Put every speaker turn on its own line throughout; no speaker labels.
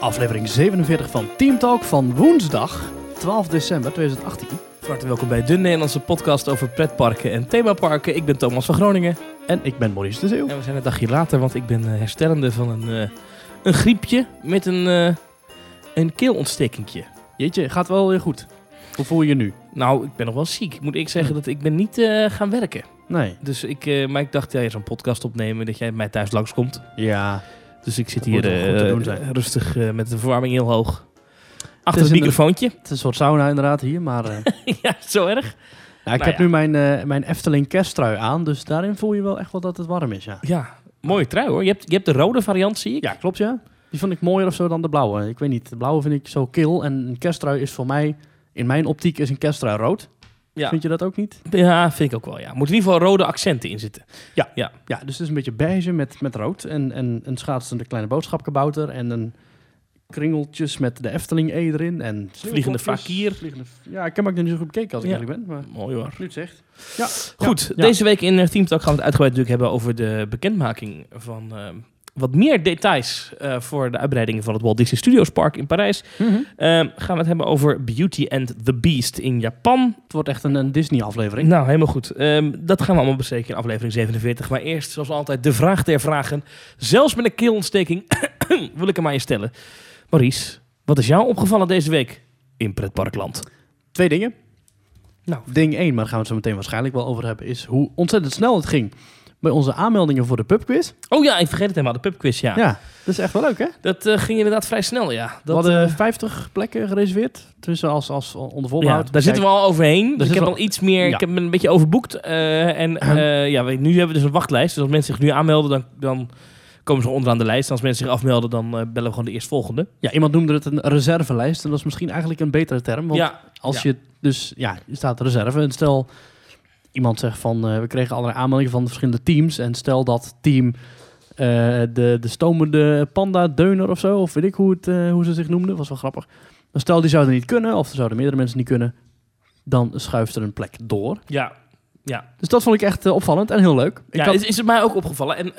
aflevering 47 van Team Talk van woensdag 12 december 2018.
Van harte welkom bij de Nederlandse podcast over pretparken en themaparken. Ik ben Thomas van Groningen.
En ik ben Maurice de Zeeuw.
En we zijn een dagje later, want ik ben eh, herstellende van een, eh, een griepje met een, eh een keelontsteking.
Jeetje, gaat wel weer goed. Hoe voel je je nu?
Nou, ik ben nog wel ziek. Ik moet ik zeggen dat ik ben niet eh, gaan werken.
Nee.
Dus ik, eh, maar ik dacht, ja, je zo'n podcast opnemen, dat jij bij mij thuis langskomt.
Ja.
Dus ik zit
Dat moet
hier
wel goed te
eh,
doen zijn.
rustig eh, met de verwarming heel hoog.
is
Achter het
een-
microfoontje.
Het is een soort sauna inderdaad hier, maar... eh,
ja, zo erg.
ja, ik
Nou
heb
ja.
nu mijn, eh, mijn Efteling kersttrui aan, dus daarin voel je wel echt wel dat het warm is, ja.
Ja, mooie trui hoor. Je hebt, je hebt de rode variant, zie ik.
Ja, klopt ja. Die vond ik mooier of zo dan de blauwe. Ik weet niet, de blauwe vind ik zo kil en een kersttrui is voor mij... In mijn optiek is een kersttrui rood.
Ja.
Vind je dat ook niet?
Ja, vind ik ook wel. Ja. Moet in ieder geval rode accenten in zitten.
Ja, dus het is een beetje beige met, met rood. En, en een schaatsende kleine boodschapkabouter. En een kringeltjes met de Efteling E erin. En
Vliegende
sneeuwkopjes,
fakir.
Vliegende, f- ja, ik heb hem ook nog niet zo goed bekeken als ik
Ja.
eerlijk ben. Maar
Mooi hoor.
nu het zegt.
Goed,
ja.
deze week in eh, Team Talk gaan we het uitgebreid natuurlijk hebben over de bekendmaking van eh, wat meer details eh, voor de uitbreidingen van het Walt Disney Studios Park in Parijs. Eh, gaan we het hebben over Beauty and the Beast in Japan.
Het wordt echt een, een Disney aflevering.
Nou, helemaal goed. Ehm, dat gaan we allemaal bespreken in aflevering 47. Maar eerst, zoals altijd, de vraag der vragen. Zelfs met een keelontsteking wil ik hem aan je stellen. Maurice, wat is jou opgevallen deze week in pretparkland?
Twee dingen.
Nou,
Ding één, maar daar gaan we het zo meteen waarschijnlijk wel over hebben, is hoe ontzettend snel het ging bij onze aanmeldingen voor de pubquiz.
Oh ja, ik vergeet het helemaal, de pubquiz, ja.
Ja. dat is echt wel leuk hè?
Dat eh, ging inderdaad vrij snel, ja.
we
Dat,
hadden
eh,
50 plekken gereserveerd, tussen als, als onder
ja,
voorbehoud.
daar zitten we al overheen. Dus ik
zitten
heb
we
al iets meer,
Ja.
ik heb me een beetje overboekt. eh, en eh, ja, we- nu hebben we dus een wachtlijst. Dus als mensen zich nu aanmelden, dan, dan komen ze onderaan de lijst. En als mensen zich afmelden, dan eh, bellen we gewoon de eerstvolgende.
Ja, iemand noemde het een reservelijst en dat is misschien eigenlijk een betere term. Want
Ja,
Als
Ja.
je dus, ja, je staat reserve. En stel, iemand zegt van, eh, we kregen allerlei aanmeldingen van de verschillende teams. En stel dat team eh, de, de stomende panda, deuner of zo, of weet ik hoe, het, eh, hoe ze zich noemden, was wel grappig. Maar stel, die zouden niet kunnen, of er zouden meerdere mensen niet kunnen, dan schuift er een plek door.
ja.
Dus dat vond ik echt eh, opvallend en heel leuk. Ik
ja
had-
is, is het mij ook opgevallen. En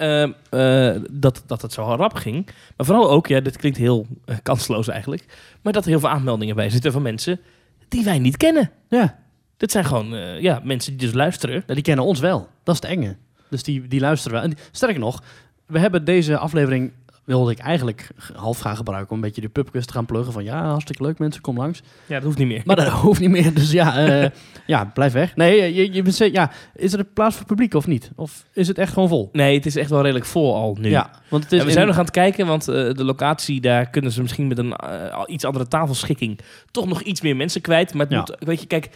eh, eh, dat, dat het zo rap ging. Maar vooral ook, ja, dit klinkt heel eh, kansloos eigenlijk. Maar dat er heel veel aanmeldingen bij zitten van mensen die wij niet kennen.
ja,
Dit zijn gewoon eh, ja, mensen die dus luisteren.
nou, die kennen ons wel. Dat is het enge. Dus die, die luisteren wel. En die- sterker nog, we hebben deze aflevering wilde ik eigenlijk half gaan gebruiken om een beetje de pubquiz te gaan pluggen van ja, hartstikke leuk mensen, kom langs.
Ja, dat hoeft niet meer.
Maar dat hoeft niet meer, dus ja, eh, ja blijf weg. Nee, eh, je, je bent ze- ja, is er een plaats voor publiek of niet? Of is het echt gewoon vol?
Nee, het is echt wel redelijk vol al nu. Dus
Ja, want het is
en we
in-
zijn nog aan het kijken, want eh, de locatie, daar kunnen ze misschien met een eh, al iets andere tafelschikking toch nog iets meer mensen kwijt. Maar het
Ja.
moet, weet je, kijk,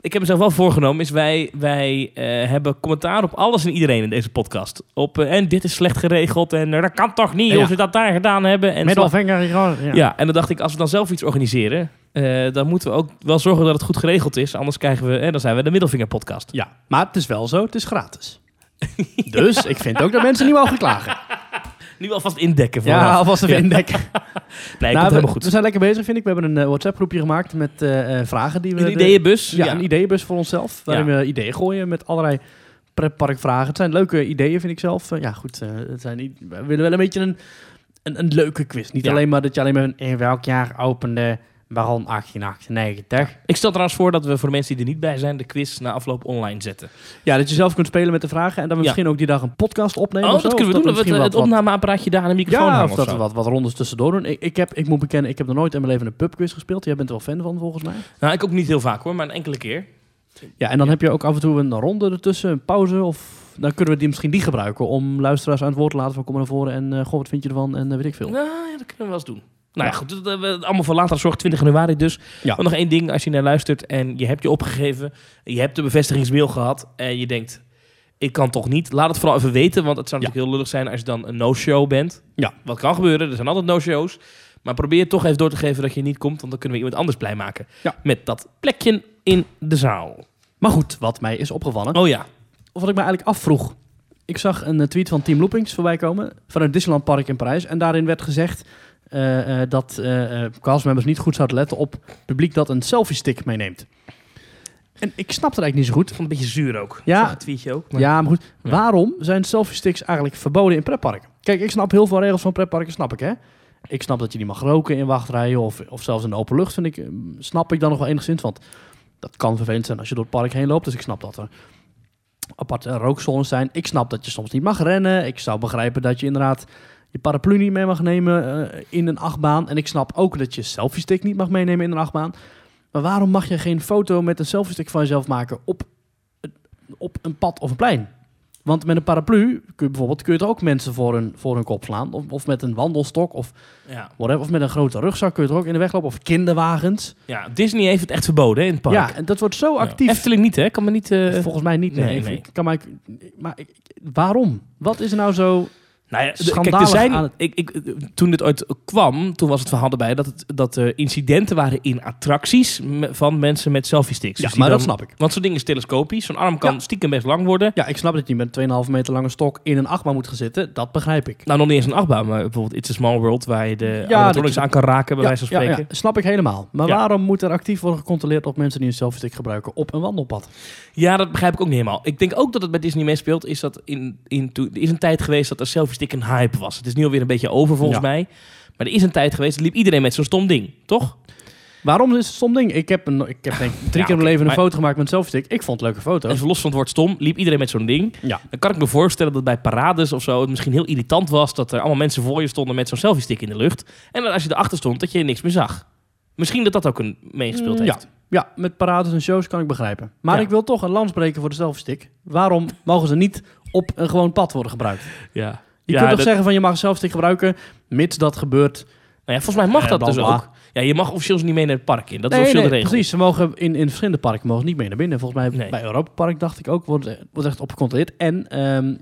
ik heb mezelf wel voorgenomen, is wij, wij eh, hebben commentaar op alles en iedereen in deze podcast. Op, eh, en dit is slecht geregeld en eh, dat kan toch niet,
Ja.
hoe ze dat daar gedaan hebben. En
met
zo.
al vinger. Ja.
ja. en dan dacht ik, als we dan zelf iets organiseren, eh, dan moeten we ook wel zorgen dat het goed geregeld is. Anders krijgen we, eh, dan zijn we de Middelvinger podcast.
Ja, maar het is wel zo, het is gratis. Dus ik vind ook dat mensen niet mogen klagen.
Nu alvast indekken.
Ja,
vooraf.
alvast even
Ja. nou,
indekken.
Nee,
Nou,
komt
we,
helemaal goed.
we zijn lekker bezig, vind ik. We hebben een eh, WhatsApp-groepje gemaakt met eh, eh, vragen die we...
Een
de-
ideeënbus.
ja, een ideeënbus voor onszelf. Waarin we ideeën gooien met allerlei pretparkvragen. Het zijn leuke ideeën, vind ik zelf. Eh, ja, goed. eh, het zijn niet, we willen wel een beetje een, een, een leuke quiz. Niet
Ja.
alleen maar dat je alleen maar... een- In welk jaar opende Baron 1898?
Ik stel trouwens voor dat we voor de mensen die er niet bij zijn, de quiz na afloop online zetten.
Ja, dat je zelf kunt spelen met de vragen. En dan
Ja.
misschien ook die dag een podcast opnemen.
oh,
of zo,
dat kunnen we
of
doen. Dat we
misschien
het, het
wat- wat-
opnameapparaatje daar aan de microfoon
Ja,
hangen.
of
of
dat
zo.
we wat, wat rondes tussendoor doen. Ik, ik, heb, ik moet bekennen, ik heb nog nooit in mijn leven een pubquiz gespeeld. Jij bent er wel fan van, volgens mij.
Nou, ik ook niet heel vaak hoor, maar een enkele keer.
Ja, en dan heb je ook af en toe een ronde ertussen, een pauze. Of dan kunnen we die misschien die gebruiken om luisteraars aan het woord te laten van kom maar naar voren en eh, goh, wat vind je ervan en eh, weet ik veel.
Nou, ja, dat kunnen we wel eens doen. Nou ja,
Ja.
goed. Dat, hebben we allemaal voor later zorg, 20 januari dus.
Ja.
Maar nog één ding, als je naar luistert en je hebt je opgegeven, je hebt de bevestigingsmail gehad en je denkt, ik kan toch niet. Laat het vooral even weten, want het zou
Ja.
natuurlijk heel lullig zijn als je dan een no-show bent.
Ja.
Wat kan gebeuren, er zijn altijd no-shows. Maar probeer toch even door te geven dat je niet komt, want dan kunnen we iemand anders blij maken.
Ja.
Met dat plekje in de zaal.
Maar goed, wat mij is opgevallen,
Oh ja.
of wat ik me eigenlijk afvroeg. Ik zag een eh, tweet van Team Loopings voorbij komen vanuit Disneyland Park in Parijs. En daarin werd gezegd eh, eh, dat eh eh, castmembers niet goed zouden letten op publiek dat een selfie stick meeneemt. En ik snap het eigenlijk niet zo goed.
Ik vond het een beetje zuur ook.
Ja.
Ik zag het tweetje ook. maar-
Ja, maar goed.
Ja.
Waarom zijn selfie sticks eigenlijk verboden in pretparken? Kijk, ik snap heel veel regels van pretparken, snap ik hè. Ik snap dat je niet mag roken in wachtrijen of, of zelfs in de open lucht. Vind ik, eh, snap ik dan nog wel enigszins, want dat kan vervelend zijn als je door het park heen loopt. Dus ik snap dat er aparte rookzones zijn. Ik snap dat je soms niet mag rennen. Ik zou begrijpen dat je inderdaad je paraplu niet mee mag nemen eh, in een achtbaan. En ik snap ook dat je selfie stick niet mag meenemen in een achtbaan. Maar waarom mag je geen foto met een selfie stick van jezelf maken op, op een pad of een plein? Want met een paraplu kun je bijvoorbeeld kun je er ook mensen voor hun, voor hun kop slaan. Of, of met een wandelstok of
Ja.
whatever. Of met een grote rugzak kun je er ook in de weg lopen. Of kinderwagens.
ja, Disney heeft het echt verboden hè, in het park.
Ja, en dat wordt zo
Ja.
actief.
Efteling niet, hè? Kan me niet... eh,
Volgens mij niet. Nee,
nee,
Ik-
nee.
Ik kan mij, maar ik- waarom? Wat is er nou zo?
Nou ja, de- kijk, er
Schandalig
zijn,
aan het-
ik, ik, toen dit ooit kwam, toen was het verhaal erbij dat, het, dat er incidenten waren in attracties me- van mensen met selfie sticks. Dus die dan-
ik.
Want zo'n ding is telescopisch. Zo'n arm kan
Ja.
stiekem best lang worden.
Ja, ik snap dat je met een 2,5 meter lange stok in een achtbaan moet gaan zitten. Dat begrijp ik.
Nou, nog niet eens een achtbaan, maar bijvoorbeeld It's a Small World, waar je de
dat
animatronics
je-
aan kan raken, bij
Ja,
wijze van
ja,
spreken.
ja, snap ik helemaal. Maar
Ja.
waarom moet er actief worden gecontroleerd op mensen die een selfie stick gebruiken op een wandelpad?
Ja, dat begrijp ik ook niet helemaal. Ik denk ook dat het bij Disney meespeelt. Is dat in, in, toe- er is een tijd geweest dat de selfie stick een hype was. Het is nu alweer een beetje over volgens
Ja.
mij. Maar er is een tijd geweest, dat liep iedereen met zo'n stom ding, toch?
Waarom is het stom ding? Ik heb, een, ik heb denk, ik drie keer in
oké,
mijn leven
maar-
een foto gemaakt met een selfie stick. Ik vond het leuke foto's.
Even los van het woord stom, liep iedereen met zo'n ding.
Ja.
Dan kan ik me voorstellen dat bij parades of zo het misschien heel irritant was dat er allemaal mensen voor je stonden met zo'n selfie stick in de lucht. En dat als je erachter stond, dat je niks meer zag. Misschien dat dat ook een meegespeeld
Mm,
heeft.
Ja. ja, met parades en shows kan ik begrijpen. Maar
Ja.
ik wil toch een lans breken voor de selfie stick. Waarom mogen ze niet op een gewoon pad worden gebruikt?
Ja.
Je
Ja,
kunt toch
dat-
zeggen van je mag een selfie stick gebruiken, mits dat gebeurt
Nou ja, volgens mij mag
Eh,
dat
bla,
dus
bla.
ook. Ja, je mag officieel niet mee naar het park in. Dat is
nee,
officieel
nee,
de regel.
Precies, ze mogen in, in verschillende parken mogen ze niet mee naar binnen. Volgens mij
Nee.
bij Europa Park dacht ik ook, wordt, wordt echt op gecontroleerd en ehm,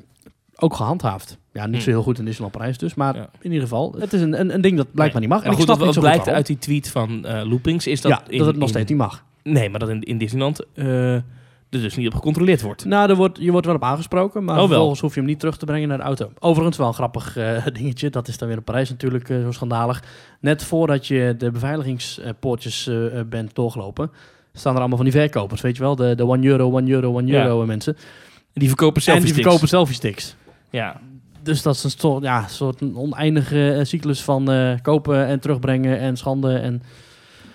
ook gehandhaafd. Ja, niet
Hmm.
zo heel goed in Disneyland Parijs dus, maar
Ja.
in ieder geval, het is een, een, een ding dat blijkbaar niet mag. En
Maar
ik
goed,
snap
wat,
niet
wat
zo
blijkt
goed
uit die tweet van eh, Loopings is dat...
waarom. ja,
in-
dat het nog
in-
steeds niet mag.
Nee, maar dat in, in Disneyland eh, er dus niet op gecontroleerd wordt.
Nou, er wordt, je wordt wel op aangesproken, maar
Oh, wel.
vervolgens hoef je hem niet terug te brengen naar de auto. Overigens wel een grappig eh, dingetje, dat is dan weer in Parijs natuurlijk eh, zo schandalig. Net voordat je de beveiligingspoortjes eh, eh, bent doorgelopen, staan er allemaal van die verkopers, weet je wel? De, de 1 euro, 1 euro, 1
Ja.
euro eh, mensen.
Die verkopen
En
selfie
die
sticks.
verkopen selfie sticks.
Ja.
Dus dat is een soort, ja, soort een oneindige eh, cyclus van eh, kopen en terugbrengen en schande en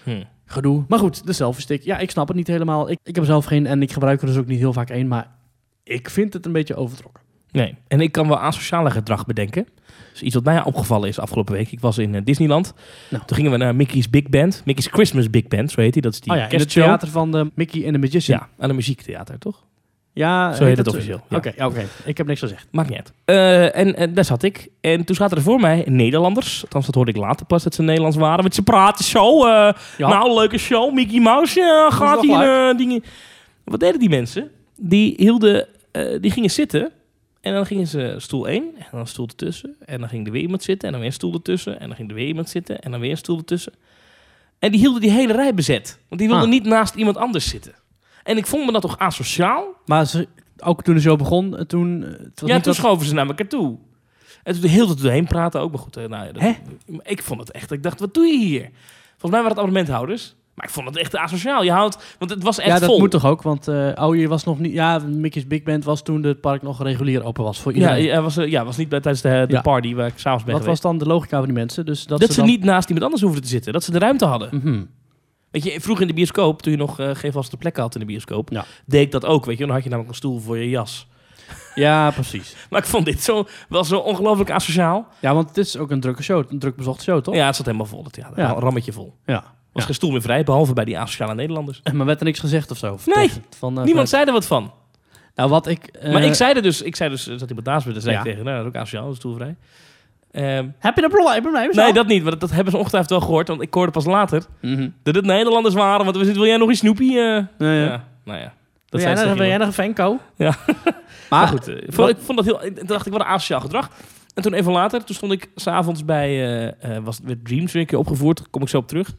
Hm.
gedoe. Maar goed, de selfie stick. Ja, ik snap het niet helemaal. Ik, ik heb er zelf geen en ik gebruik er dus ook niet heel vaak één, maar ik vind het een beetje overtrokken.
Nee. En ik kan wel asociale gedrag bedenken. Dus iets wat mij opgevallen is afgelopen week. Ik was in eh, Disneyland.
Nou.
Toen gingen we naar Mickey's Big Band. Mickey's Christmas Big Band, zo heet hij. Dat is die
oh ja, in het
kerstshow.
theater van de Mickey en de Magician.
Ja, aan een muziektheater, toch?
ja eh,
Zo heet het
dat oh,
officieel,
Oké,
ja.
ja, oké. ik heb niks gezegd.
Maakt niet uit. Eh, en, en daar zat ik. En toen zaten er voor mij Nederlanders. Althans, dat hoorde ik later pas dat ze Nederlands waren. Want ze praten zo. eh,
Ja.
Nou, leuke show. Mickey Mouse ja, gaat
wel
hier eh, dingen. Wat deden die mensen? Die hielden, eh, die gingen zitten. En dan gingen ze stoel 1 en dan stoel ertussen. En dan ging er weer iemand zitten en dan weer een stoel ertussen. En dan ging er weer iemand zitten en dan weer een stoel ertussen. En die hielden die hele rij bezet. Want die wilden
Ah.
niet naast iemand anders zitten. En ik vond me dat toch asociaal?
Maar ze, ook toen de show begon, eh, toen... eh, het was
ja,
niet
toen
dat-
schoven ze naar elkaar toe. En toen heel de doorheen praten ook. Maar goed, eh, nou ja, dat-
Hè?
ik vond het echt. Ik dacht, wat doe je hier? Volgens mij waren het abonnementhouders. Maar ik vond het echt asociaal. Je houdt, want het was echt
ja, dat
vol.
moet toch ook, want eh, oh, je was nog niet... Ja, Mickey's Big Band was toen het park nog regulier open was voor
ja,
iedereen.
ja, was, eh, ja, was niet bij, tijdens de, de
Ja.
party waar ik s'avonds ben
Wat was
geweest.
dan de logica van die mensen? Dus dat,
dat ze
ze dan-
niet naast iemand anders hoefden te zitten. Dat ze de ruimte hadden.
Mhm.
Weet je, vroeger in de bioscoop, toen je nog eh, geen vaste plek had in de bioscoop,
Ja.
deed ik dat ook. Weet je, dan had je namelijk een stoel voor je jas.
Ja, precies.
Maar ik vond dit zo, wel zo ongelooflijk asociaal.
Ja, want het is ook een drukke show, een druk bezochte show, toch?
Ja, het zat helemaal vol. Het theater.
Ja.
Een rammetje vol. Er
Ja.
was geen stoel meer vrij, behalve bij die asociale Nederlanders.
Maar werd er niks gezegd of zo? Of
Nee,
tegen- van, eh,
Niemand zei er wat van.
van- Nou, wat ik... eh,
maar ik zei er dus, ik zei dus, eh, zat iemand naast me, daar zei ik
Ja.
tegen, nou, dat is ook asociaal, dat is stoelvrij. Ehm,
Heb je er problemen mee?
nee, dat niet, maar dat, dat hebben ze ongetwijfeld wel gehoord, want ik hoorde pas later
Mhm.
dat het Nederlanders waren, want we zitten, wil jij nog een snoepie? eh?
Ja, ja.
ja, nou ja.
Ben
Dat
jij
zijn ze
nog- ben
tegen
jij
iemand.
nog een fanco?
Ja.
maar
Maar
goed.
goed, eh, ik vond-
wat-
ik vond dat heel, ik- toen dacht ik, wat een asociaal gedrag. En toen even later, toen stond ik s'avonds bij, eh, eh, was, werd Dreams weer een keer opgevoerd, daar kom ik zo op terug.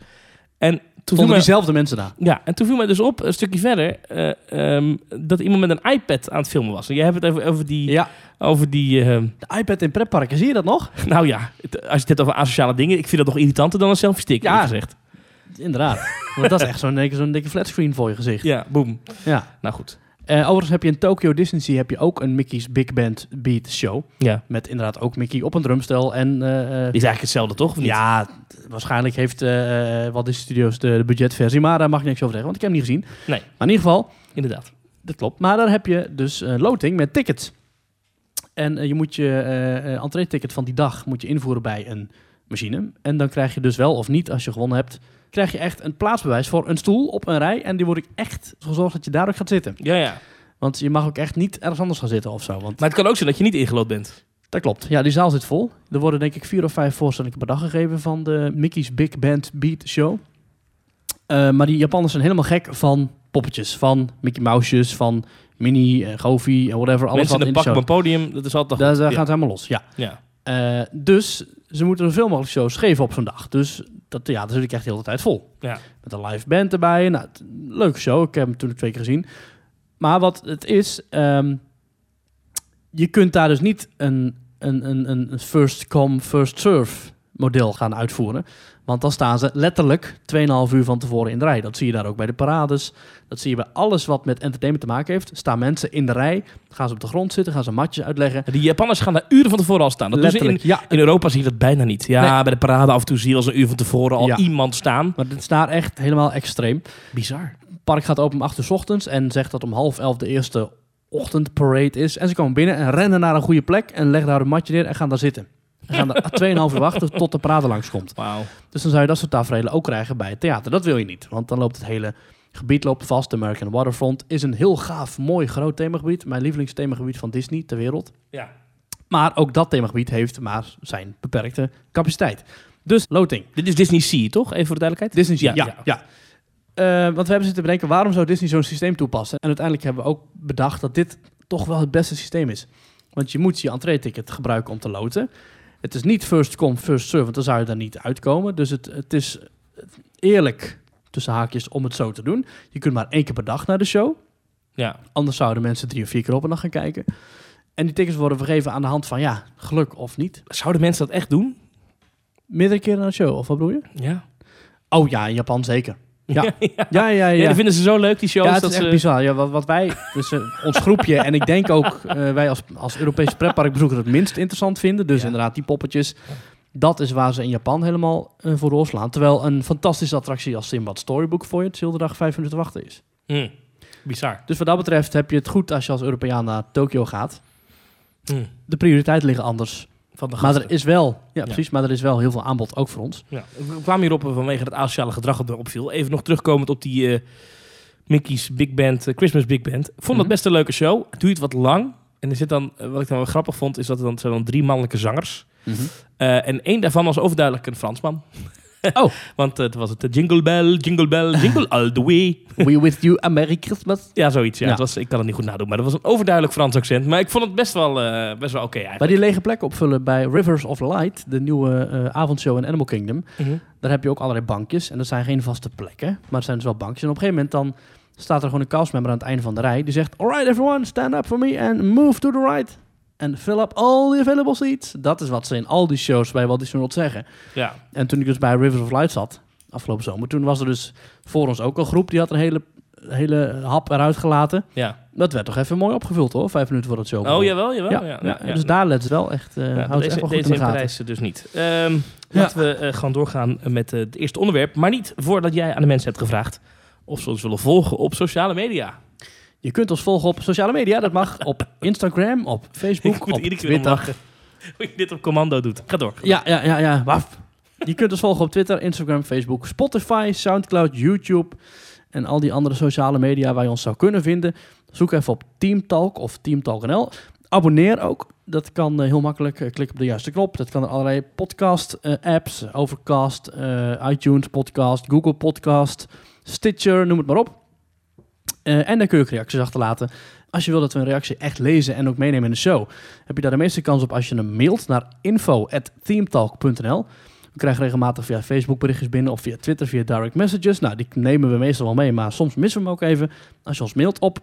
En toen viel
Vonden
mij,
diezelfde mensen daar?
ja, en toen viel mij dus op, een stukje verder, eh, ehm, dat iemand met een iPad aan het filmen was. En jij hebt het over, over die,
Ja.
over die ehm,
De iPad in pretparken, zie je dat nog?
Nou ja, het- als je het hebt over asociale dingen, ik vind dat nog irritanter dan een selfie stick,
Ja.
eerlijk gezegd.
Inderdaad. Want dat is echt zo'n dikke, zo'n dikke flatscreen voor je gezicht.
Ja, boem.
Ja.
Nou goed.
Eh, overigens heb je in Tokyo Disney Sea heb je ook een Mickey's Big Band Beat show.
Ja.
Met inderdaad ook Mickey op een drumstel. En, eh, eh,
Is eigenlijk hetzelfde, toch? Of niet?
ja, t- waarschijnlijk heeft eh wat is Studios de, de budgetversie. Maar daar mag ik niks over zeggen, want ik heb hem niet gezien.
Nee.
Maar in ieder geval,
Inderdaad.
dat klopt. Maar daar heb je dus eh, loting met tickets. En eh, je moet je eh eh, entree-ticket van die dag moet je invoeren bij een machine. En dan krijg je dus wel of niet, als je gewonnen hebt, krijg je echt een plaatsbewijs voor een stoel op een rij. En die wordt ik echt gezorgd dat je daar ook gaat zitten.
Ja, ja.
Want je mag ook echt niet ergens anders gaan zitten of zo. Want
Maar het kan ook zijn dat je niet ingelood bent.
dat klopt. Ja, die zaal zit vol. Er worden denk ik vier of vijf voorstellingen per dag gegeven van de Mickey's Big Band Beat Show. Eh, maar die Japanners zijn helemaal gek van poppetjes. Van Mickey Mouse's, van Minnie, en Goofy en whatever. Alles
Mensen
wat in
in een
de
pak op
show.
een podium, dat is altijd...
Daar eh,
ja.
gaat het helemaal los, ja.
ja.
Eh, dus ze moeten zoveel mogelijk shows geven op zo'n dag. Dus dat, ja, dat zit ik echt de hele tijd vol.
Ja.
Met een live band erbij. Nou, het- leuke show. Ik heb hem toen twee keer gezien. Maar wat het is, ehm, je kunt daar dus niet een, een, een, een een first come, first serve model gaan uitvoeren. Want dan staan ze letterlijk 2,5 uur van tevoren in de rij. Dat zie je daar ook bij de parades. Dat zie je bij alles wat met entertainment te maken heeft. Staan mensen in de rij, gaan ze op de grond zitten, gaan ze matjes uitleggen.
Die Japanners gaan daar uren van tevoren al staan. Dat doen ze in,
letterlijk, ja,
in Europa zie je dat bijna niet. Ja,
Nee.
bij de parade af en toe zie je als een uur van tevoren al
Ja.
iemand staan.
Maar dit is daar echt helemaal extreem.
Bizar.
Het park gaat open om 8 uur 's ochtends en zegt dat om half elf de eerste ochtendparade is. En ze komen binnen en rennen naar een goede plek en leggen daar een matje neer en gaan daar zitten. En gaan daar 2,5 uur wachten tot de parade langskomt.
Wauw.
Dus dan zou je dat soort tafereelen ook krijgen bij het theater. Dat wil je niet, want dan loopt het hele gebied loopt vast. De American Waterfront is een heel gaaf, mooi, groot themagebied. Mijn lievelingsthemagebied van Disney ter wereld.
Ja.
Maar ook dat themagebied heeft maar zijn beperkte capaciteit. Dus loting.
Dit is Disney Sea, toch? Even voor de duidelijkheid.
Disney Sea,
Ja,
ja. ja. Eh, want we hebben zitten bedenken, waarom zou Disney zo'n systeem toepassen? En uiteindelijk hebben we ook bedacht dat dit toch wel het beste systeem is. Want je moet je entree-ticket gebruiken om te loten. Het is niet first come, first serve, want dan zou je daar niet uitkomen. Dus het, het is eerlijk, tussen haakjes, om het zo te doen. Je kunt maar één keer per dag naar de show.
Ja.
Anders zouden mensen drie of vier keer op een dag gaan kijken. En die tickets worden vergeven aan de hand van, ja, geluk of niet.
Zouden mensen dat echt doen?
Meerdere keren naar de show, of wat bedoel je?
Ja.
Oh ja, in Japan zeker. Ja, ja, ja. ja,
die vinden ze zo leuk, die shows.
Ja, het
dat
is echt
ze...
bizar. Ja, wat, wat wij, dus, eh, ons groepje en ik denk ook eh, wij als, als Europese pretparkbezoekers het minst interessant vinden. Dus
Ja.
inderdaad, die poppetjes. Dat is waar ze in Japan helemaal eh, voor doorslaan. Terwijl een fantastische attractie als Simbad Storybook voor je het de hele dag vijf minuten wachten is.
Hm. Bizar.
Dus wat dat betreft heb je het goed als je als Europeaan naar Tokio gaat.
Hm.
De prioriteiten liggen anders.
Van de
Maar
gasten.
er is wel, ja, precies, maar er is wel heel veel aanbod ook voor ons.
Ja, we kwamen hierop vanwege het asociale gedrag dat er opviel. Even nog terugkomend op die eh, Mickey's Big Band, eh, Christmas Big Band. Vond dat
Mhm.
best een leuke show. Het duurt wat lang. En er zit dan, eh, wat ik dan wel grappig vond, is dat er dan, zijn dan drie mannelijke zangers.
Mhm.
Eh, en één daarvan was overduidelijk een Fransman.
Oh.
Want eh, het was het eh, Jingle Bell, Jingle Bell, Jingle All the Way.
We with you, a Merry Christmas.
Ja, zoiets. Ja.
Ja.
Het was, ik kan het niet goed nadoen, maar dat was een overduidelijk Frans accent. Maar ik vond het best wel, eh, best wel oké
Bij
eigenlijk.
die lege plek opvullen bij Rivers of Light, de nieuwe eh, avondshow in Animal Kingdom.
Mhm.
Daar heb je ook allerlei bankjes. En dat zijn geen vaste plekken, maar het zijn dus wel bankjes. En op een gegeven moment dan staat er gewoon een castmember aan het einde van de rij. Die zegt, alright everyone, stand up for me and move to the right. And fill up all the available seats. Dat is wat ze in al die shows bij Walt Disney World zeggen.
Ja.
En toen ik dus bij Rivers of Light zat, afgelopen zomer, toen was er dus voor ons ook een groep. Die had een hele, hele hap eruit gelaten.
ja.
Dat werd toch even mooi opgevuld hoor, vijf minuten voor het show.
Oh,
begon.
jawel, jawel.
Ja,
Ja, ja,
ja,
ja.
dus daar let ze wel echt, eh
Ja,
houdt ze
deze
echt wel goed
deze
in de
in
gaten.
Parijs dus niet. Ehm, Laten we eh, gewoon doorgaan met eh, het eerste onderwerp. Maar niet voordat jij aan de mensen hebt gevraagd of ze ons willen volgen op sociale media.
Je kunt ons volgen op sociale media. Dat mag op Instagram, op Facebook,
Ik moet
op
iedere keer om
Twitter.
lachen hoe je dit op commando doet. Ga door.
Ja, ja, ja, ja. Waf. Je kunt ons volgen op Twitter, Instagram, Facebook, Spotify, Soundcloud, YouTube en al die andere sociale media waar je ons zou kunnen vinden. Zoek even op Teamtalk of Teamtalk.nl. Abonneer ook. Dat kan eh, heel makkelijk. Eh, Klik op de juiste knop. Dat kan in allerlei podcast-apps. Overcast, eh, iTunes Podcast, Google Podcast, Stitcher, noem het maar op. Eh, en daar kun je ook reacties achterlaten. Als je wil dat we een reactie echt lezen en ook meenemen in de show, heb je daar de meeste kans op als je hem mailt naar info.themetalk.nl. We krijgen regelmatig via Facebook berichtjes binnen of via Twitter, via direct messages. Nou, die nemen we meestal wel mee, maar soms missen we hem ook even. Als je ons mailt op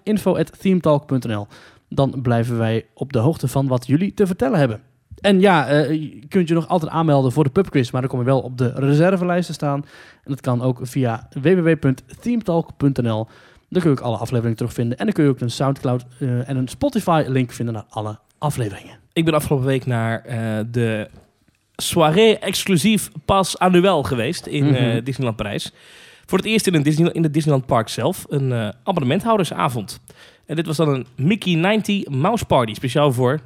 info.themetalk.nl, dan blijven wij op de hoogte van wat jullie te vertellen hebben. En ja, eh, je kunt je nog altijd aanmelden voor de pubquiz, maar dan kom je wel op de reservelijst te staan. En dat kan ook via www.themetalk.nl. Dan kun je ook alle afleveringen terugvinden. En dan kun je ook een Soundcloud eh, en een Spotify link vinden naar alle afleveringen.
Ik ben afgelopen week naar eh, de soirée exclusief Pas Annuel geweest in eh,
Mhm.
Disneyland Parijs. Voor het eerst in, een Disney, in het Disneyland Park zelf een eh, abonnementhoudersavond. En dit was dan een Mickey 90 Mouse Party. Speciaal voor,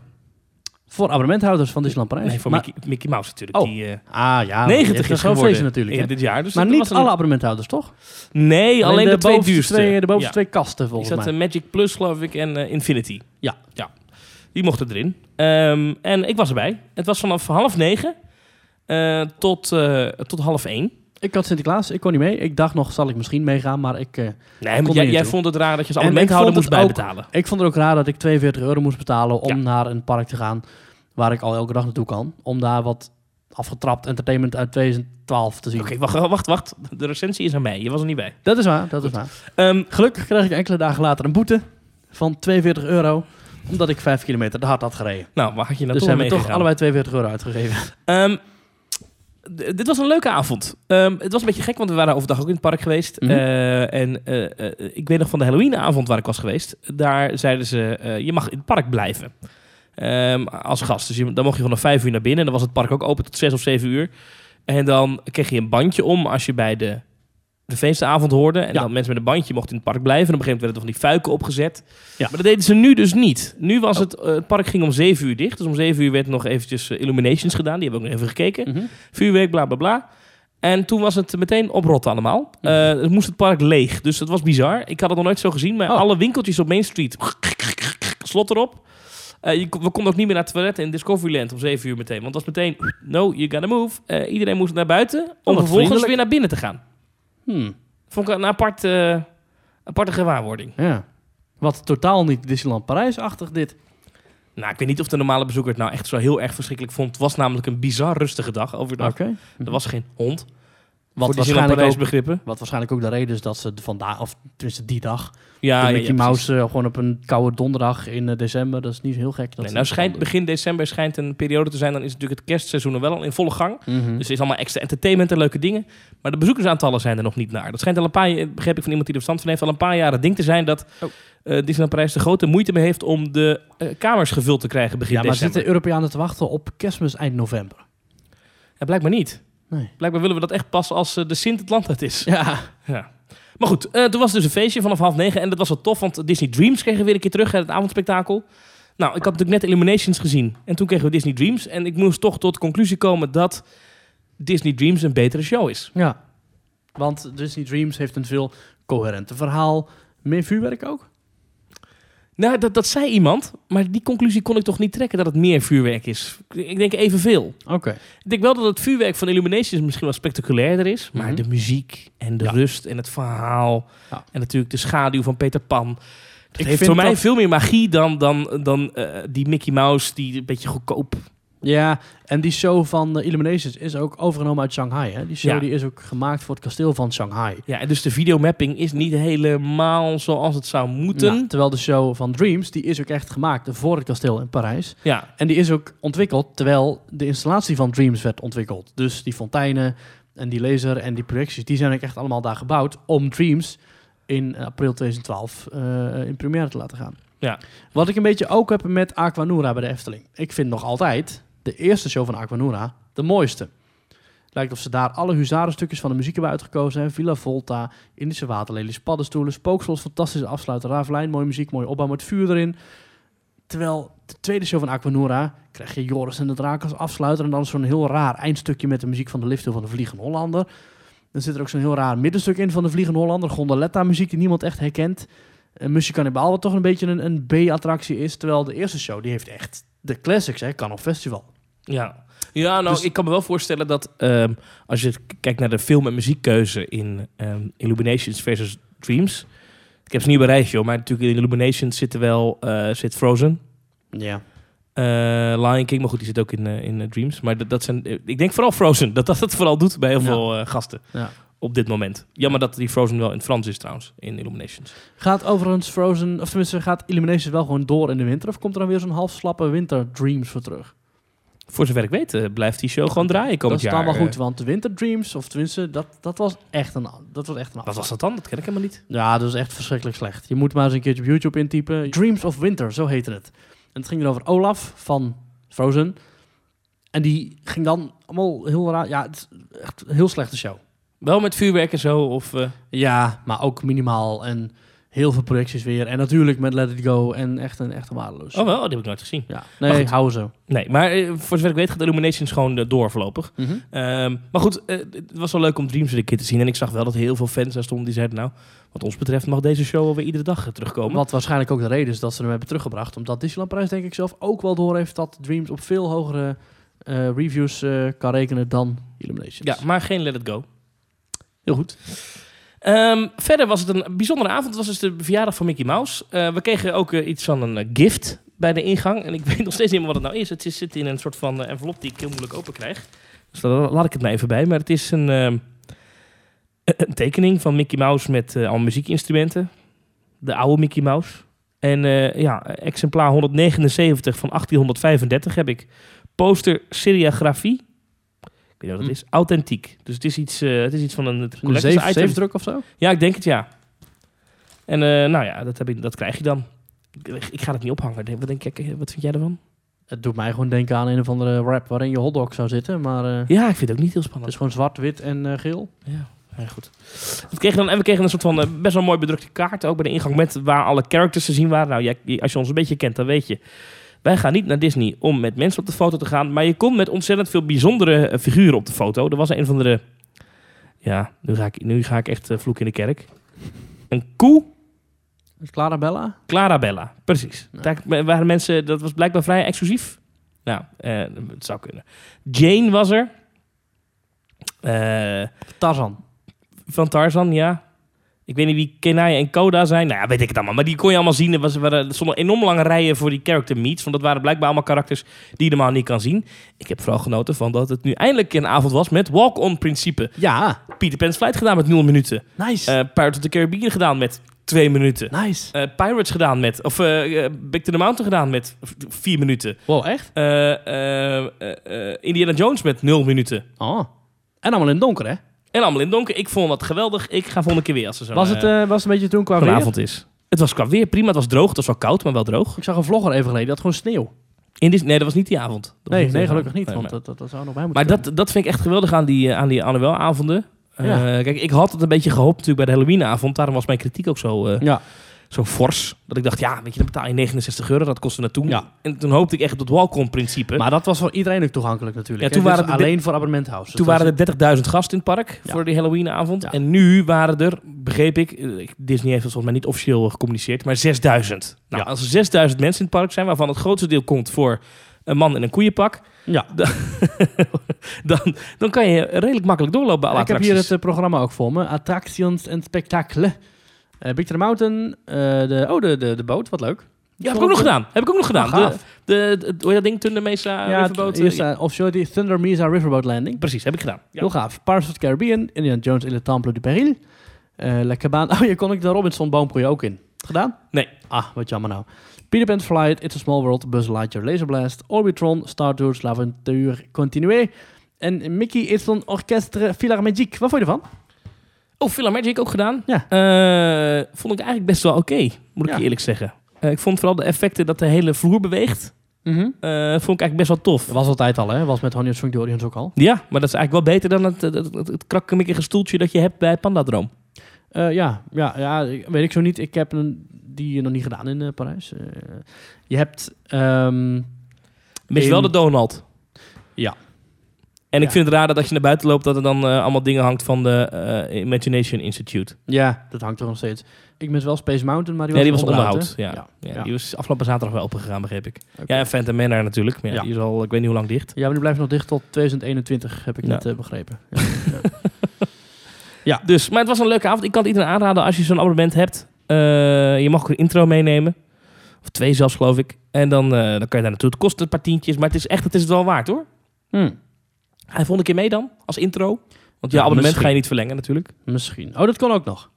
Voor abonnementhouders van Disneyland Parijs.
nee, voor
Maar-
Mickey, Mickey Mouse natuurlijk.
Oh,
die eh,
Ah ja,
90 is
gewoon
geworden
feestje natuurlijk.
in
hè.
dit jaar. Dus
maar
dat
niet
was een-
alle abonnementhouders, toch?
Nee, alleen, de, twee
bovenste
duurste.
twee- de bovenste
Ja.
twee kasten,
Ik
volgens
zat
mij.
eh, Magic Plus, geloof ik, en eh, Infinity.
Ja.
ja. Die mochten erin. Ehm, en ik was erbij. Het was vanaf half negen eh, tot, eh, tot half één.
Ik had Sinterklaas, ik kon niet mee. Ik dacht nog, zal ik misschien meegaan, maar ik... eh,
Nee, maar
kon
jij,
er
jij
niet
vond het raar dat je als
En ik
abonnementhouder
vond
moest
het ook-
bijbetalen.
Ik vond het ook raar dat ik 42 euro moest betalen om
Ja.
naar een park te gaan waar ik al elke dag naartoe kan. Om daar wat afgetrapt entertainment uit 2012 te zien.
Oké, wacht, wacht, wacht. De recensie is aan mij. Je was er niet bij.
Dat is waar, dat is waar.
Ehm,
Gelukkig kreeg ik enkele dagen later een boete van 42 euro omdat ik 5 kilometer te hard had gereden.
nou, waar had je
dus
naartoe
hebben
mee
we toch
gegaan?
allebei 42 euro uitgegeven.
Ehm, d- dit was een leuke avond. Ehm, het was een beetje gek, want we waren overdag ook in het park geweest.
Mhm.
Eh, en eh, eh, ik weet nog van de Halloweenavond waar ik was geweest. Daar zeiden ze, eh, je mag in het park blijven. Ehm, als gast. Dus je, dan mocht je vanaf vijf uur naar binnen. En dan was het park ook open tot zes of zeven uur. En dan kreeg je een bandje om als je bij de, de feestavond hoorde. En
Ja.
dan mensen met een bandje mochten in het park blijven. En op een gegeven moment werden er van die fuiken opgezet.
Ja.
Maar dat deden ze nu dus niet. Nu was
Oh.
het, eh, het park ging om zeven uur dicht. Dus om zeven uur werd nog eventjes eh, Illuminations gedaan. Die hebben we ook nog even gekeken vuurwerk, bla bla bla. En toen was het meteen oprotten allemaal.
Hm.
Eh, het moest het park leeg, dus dat was bizar. Ik had het nog nooit zo gezien, maar
Oh.
alle winkeltjes op Main Street, slot erop. Eh, je kon- we konden ook niet meer naar het toilet in Discoveryland om 7 uur meteen. Want dat was meteen, no, you gotta move. Eh, iedereen moest naar buiten om
Oh, wat
vervolgens
vriendelijk.
weer naar binnen te gaan.
Hmm,
Vond ik een apart, eh, aparte gewaarwording.
ja. Wat totaal niet Disneyland Parijs-achtig dit.
Nou, ik weet niet of de normale bezoeker het nou echt zo heel erg verschrikkelijk vond. Het was namelijk een bizar rustige dag overdag. Er was geen hond.
Wat,
voor Disneyland
waarschijnlijk ook,
Parijs begrippen.
wat waarschijnlijk ook de reden is dat ze vandaag, of tenminste die dag,
Ah, Ja,
de
ja,
Mickey
ja, precies.
Mouse eh, gewoon op een koude donderdag in eh, december. Dat is niet heel gek. Dat
Nee, nou
ze-
schijnt, begin december schijnt een periode te zijn. Dan is natuurlijk het kerstseizoen nog wel al in volle gang.
Mhm.
Dus er is allemaal extra entertainment en leuke dingen. Maar de bezoekersaantallen zijn er nog niet naar. Dat schijnt al een paar, jaar- begreep ik van iemand die er verstand van heeft, al een paar jaar het ding te zijn dat
Oh.
eh, Disneyland Parijs de grote moeite mee heeft om de eh, kamers gevuld te krijgen begin
ja, maar
december.
zitten Europeanen te wachten op kerstmis eind november?
Ja, blijkbaar niet.
Nee.
Blijkbaar willen we dat echt pas als eh, de Sint het land uit is.
Ja.
Maar goed, eh, toen was het dus een feestje vanaf half negen. En dat was wel tof, want Disney Dreams kregen we weer een keer terug. hè, Het avondspektakel. Nou, ik had natuurlijk net Illuminations gezien. En toen kregen we Disney Dreams. En ik moest toch tot de conclusie komen dat Disney Dreams een betere show is.
ja. Want Disney Dreams heeft een veel coherenter verhaal. Meer vuurwerk ook?
Nou, dat, dat zei iemand. Maar die conclusie kon ik toch niet trekken dat het meer vuurwerk is. Ik denk evenveel.
Oké.
Ik denk wel dat het vuurwerk van Illuminations misschien wel spectaculairder is. Maar
Mhm.
de muziek en de
Ja.
rust en het verhaal.
Ja.
En natuurlijk de schaduw van Peter Pan. Dat
Ik
heeft
vind
voor mij
dat-
veel meer magie dan, dan, dan eh, die Mickey Mouse die een beetje goedkoop...
Ja, en die show van de Illuminations is ook overgenomen uit Shanghai. Hè? Die show
Ja.
die is ook gemaakt voor het kasteel van Shanghai.
Ja, en dus de videomapping is niet helemaal zoals het zou moeten.
Nou, terwijl de show van Dreams, die is ook echt gemaakt voor het kasteel in Parijs.
Ja,
En die is ook ontwikkeld terwijl de installatie van Dreams werd ontwikkeld. Dus die fonteinen en die laser en die projecties, die zijn ook echt allemaal daar gebouwd om Dreams in april 2012 eh, in première te laten gaan.
Ja.
Wat ik een beetje ook heb met Aquanura bij de Efteling. Ik vind nog altijd de eerste show van Aquanura de mooiste. Lijkt of ze daar alle huzarenstukjes van de muziek hebben uitgekozen. Hè? Villa Volta, Indische waterlelies, paddenstoelen, spooksels, fantastische afsluiter, Ravelijn, mooie muziek, mooie opbouw met vuur erin. Terwijl de tweede show van Aquanura krijg je Joris en de Draak als afsluiter. En dan zo'n heel raar eindstukje met de muziek van de liften van de Vliegende Hollander. Dan zit er ook zo'n heel raar middenstuk in van de Vliegende Hollander. Gondoletta muziek die niemand echt herkent. En Musje Cannibal, wat toch een beetje een, een B-attractie is. Terwijl de eerste show, die heeft echt de classics, hè. Kan op festival.
ja. ja nou,
Dus-
ik kan me wel voorstellen dat ehm, als je k- kijkt naar de film- en muziekkeuze in ehm, Illuminations versus Dreams. Ik heb ze niet bereid, joh, maar natuurlijk in Illuminations zitten wel, eh, zit Frozen.
Ja.
eh, Lion King, maar goed, die zit ook in, eh, in eh, Dreams. Maar dat, dat zijn, eh, ik denk vooral Frozen, dat dat het vooral doet bij heel
Ja.
veel eh, gasten
Ja.
op dit moment. Jammer dat die Frozen wel in het Frans is trouwens, in Illuminations.
Gaat overigens Frozen, of tenminste gaat Illuminations wel gewoon door in de winter? Of komt er dan weer zo'n half slappe winter Dreams voor terug?
Voor zover ik weet, eh, blijft die show gewoon draaien
Dat
komend
is
jaar.
allemaal goed,
Eh,
want Winter Dreams, of tenminste, dat, dat was echt een, dat was echt een
Wat
afslag.
was dat dan? Dat ken ik helemaal niet.
Ja, dat is echt verschrikkelijk slecht. Je moet maar eens een keertje op YouTube intypen. Dreams of Winter, zo heette het. En het ging er over Olaf van Frozen. En die ging dan allemaal heel raar... Ja, het is echt een heel slechte show.
Wel met vuurwerk en zo, of... eh,
Ja, maar ook minimaal en heel veel projecties weer. En natuurlijk met Let It Go en echt een echt een waardeloos.
oh, wel, die heb ik nooit gezien.
Ja,
Maar
nee,
goed.
hou zo.
Nee, maar eh, voor zover ik weet gaat Illuminations gewoon eh, door voorlopig. Ehm, maar goed, eh, het was wel leuk om Dreams weer een keer te zien. En ik zag wel dat heel veel fans daar stonden die zeiden... nou, wat ons betreft mag deze show alweer iedere dag eh, terugkomen.
Wat waarschijnlijk ook de reden is dat ze hem hebben teruggebracht. Omdat Disneyland Parijs denk ik zelf ook wel door heeft dat Dreams op veel hogere eh, reviews eh, kan rekenen dan Illuminations.
Ja, maar geen Let It Go.
heel goed.
Ehm, verder was het een bijzondere avond. Het was dus de verjaardag van Mickey Mouse. Eh, we kregen ook eh, iets van een eh, gift bij de ingang. En ik weet nog steeds niet meer wat het nou is. Het is- zit in een soort van eh, envelop die ik heel moeilijk open krijg. Dus daar laat ik het maar even bij. Maar het is een, ehm, Eh, een tekening van Mickey Mouse met eh, al muziekinstrumenten. De oude Mickey Mouse. En eh, ja, exemplaar 179 van 1835 heb ik. Poster serigrafie. Ik weet niet wat het is. Authentiek. Dus het is iets, eh, het is iets van een
Een
collectors
zeef,
item.
zeefdruk of zo?
Ja, ik denk het ja. En eh, nou ja, dat, heb ik, dat krijg je dan. Ik, ik ga het niet ophangen. Denk- Wat, denk, ik, wat vind jij ervan?
Het doet mij gewoon denken aan een of andere rap waarin je hotdog zou zitten. Maar eh,
Ja, ik vind het ook niet heel
het
spannend.
is gewoon zwart, wit en eh, geel.
Ja, ja goed. We kregen dan, en we kregen een soort van eh, best wel mooi bedrukte kaart ook bij de ingang met waar alle characters te zien waren. Nou, jij, als je ons een beetje kent, dan weet je. Wij gaan niet naar Disney om met mensen op de foto te gaan, maar je kon met ontzettend veel bijzondere eh, figuren op de foto. Er was een van de. Ja, nu ga ik, nu ga ik echt eh, vloek in de kerk. Een koe
Is Clarabella?
Clarabella, precies.
Ja.
Daar waren mensen, dat was blijkbaar vrij exclusief. Nou, eh, het zou kunnen. Jane was er. Eh,
Tarzan.
van Tarzan, ja. Ik weet niet wie Kenai en Koda zijn. Nou ja, weet ik het allemaal. Maar die kon je allemaal zien. Er, was, er waren- er stonden enorm lange rijen voor die character meets. Want dat waren blijkbaar allemaal karakters die je normaal niet kan zien. Ik heb vooral genoten van dat het nu eindelijk een avond was met walk-on principe.
Ja,
Peter Pan's Flight gedaan met 0 minuten.
nice.
Eh Pirates of the Caribbean gedaan met 2 minuten.
nice.
Eh, Pirates gedaan met. Of eh, eh, Back to the Mountain gedaan met v- vier minuten.
Wow, echt?
Eh, eh, eh, eh, Indiana Jones met nul minuten.
Oh. En allemaal in het donker, hè?
En allemaal in het donker. Ik vond dat geweldig. Ik ga volgende keer weer als er zo'n
Was het,
eh,
eh, was het een beetje toen qua
zo'n
weer?
avond is. Het was qua weer prima. Het was droog. Het was wel koud, maar wel droog.
Ik zag een vlogger even geleden, die had gewoon sneeuw.
In Dis- nee, dat was niet die avond. Dat was
Nee,
niet die
nee,
avond.
gelukkig niet,
Nee,
want eh,
maar-
dat, dat, dat zou nog bij moeten
Maar dat, dat vind ik echt geweldig aan die, eh, aan die Annuel-avonden.
Ja.
Kijk, ik had het een beetje gehoopt natuurlijk bij de Halloween-avond. Daarom was mijn kritiek ook zo, eh,
Ja.
zo fors. Dat ik dacht, ja, weet je, dan betaal je 69 euro. Dat kostte naartoe.
Ja.
En toen hoopte ik echt op dat walk-on-principe.
Maar dat was voor iedereen ook toegankelijk natuurlijk.
Ja,
hè?
toen
Dit
waren
is
de-
alleen voor abonnementhouders.
Toen
Dus dat
waren er 30.000 gasten in het park
Ja.
voor die Halloweenavond.
Ja.
En nu waren er, begreep ik, eh, ik- Disney heeft dat volgens mij niet officieel eh, gecommuniceerd, maar 6000. Nou,
Ja.
als er 6000 mensen in het park zijn, waarvan het grootste deel komt voor een man in een koeienpak,
is- ja.
dan, dan kan je redelijk makkelijk doorlopen bij alle
Ik heb
attracties.
hier het eh, programma ook voor me. Attractions en spectacle. Eh Big Thunder Mountain. eh, de, oh, de, de, de boot, wat leuk.
ja, heb ik ook nog gedaan. Heb ik ook nog gedaan.
eh, Oh, gaaf.
de, de, de- hoe heet dat ding? Thunder Mesa
ja,
Riverboat.
het
eh,
eerste,
ja,
eh, offshore, die Thunder Mesa Riverboat Landing.
precies, heb ik gedaan. Ja.
Heel gaaf. Pirates of the Caribbean, Indiana Jones in de Temple du Peril. Eh La Cabane. Oh, je kon ik de Robinson boomproei ook in. Gedaan?
Nee.
Ah, wat jammer nou. Peter Pan Flight, It's a Small World, Buzz Lightyear, Laser Blast, Orbitron, Star Tours, L'Aventure Continuée. En Mickey It's an Orchestre Philharmonique. Wat vond je ervan?
Oh, Villa Magic ook gedaan.
Ja.
Eh, vond ik eigenlijk best wel oké, moet ik
Ja.
je eerlijk zeggen. Eh, ik vond vooral de effecten dat de hele vloer beweegt, eh, vond ik eigenlijk best wel tof.
Dat was altijd al, hè? Was met Honey Shrunk the Audience ook al.
Ja, maar dat is eigenlijk wel beter dan het, het, het, het krakkemikkige stoeltje dat je hebt bij Pandadroom.
Eh, ja, ja, ja, ik- weet ik zo niet. Ik heb een, die nog niet gedaan in eh, Parijs. Eh, je hebt... ehm,
Mis
In-
wel de Donald.
Ja.
En ik
Ja.
vind het raar dat als je naar buiten loopt, dat er dan eh, allemaal dingen hangt van de eh, Imagination Institute.
ja, dat hangt er nog steeds. Ik mis wel Space Mountain, maar die
ja,
was,
die was
onderhoud,
onderhoud.
hè?
Ja. Ja,
ja.
Die was afgelopen zaterdag wel opengegaan, begreep ik.
Oké.
Ja, en Phantom Manor natuurlijk. Maar ja,
Ja.
Die is al, ik weet niet hoe lang dicht.
Ja, maar die blijft nog dicht tot 2021, heb ik
Ja.
net eh, begrepen. Ja.
Dus, maar het was een leuke avond. Ik kan het iedereen aanraden als je zo'n abonnement hebt. Eh, je mag ook een intro meenemen. Of twee zelfs, geloof ik. En dan, eh, dan kan je daar naartoe. Het kost een paar tientjes, maar het is echt het is het wel waard, hoor.
Hmm,
Hij vond een keer mee dan, als intro. Want je
Ja,
abonnement
misschien.
ga je niet verlengen natuurlijk.
misschien. Oh, dat kon ook nog.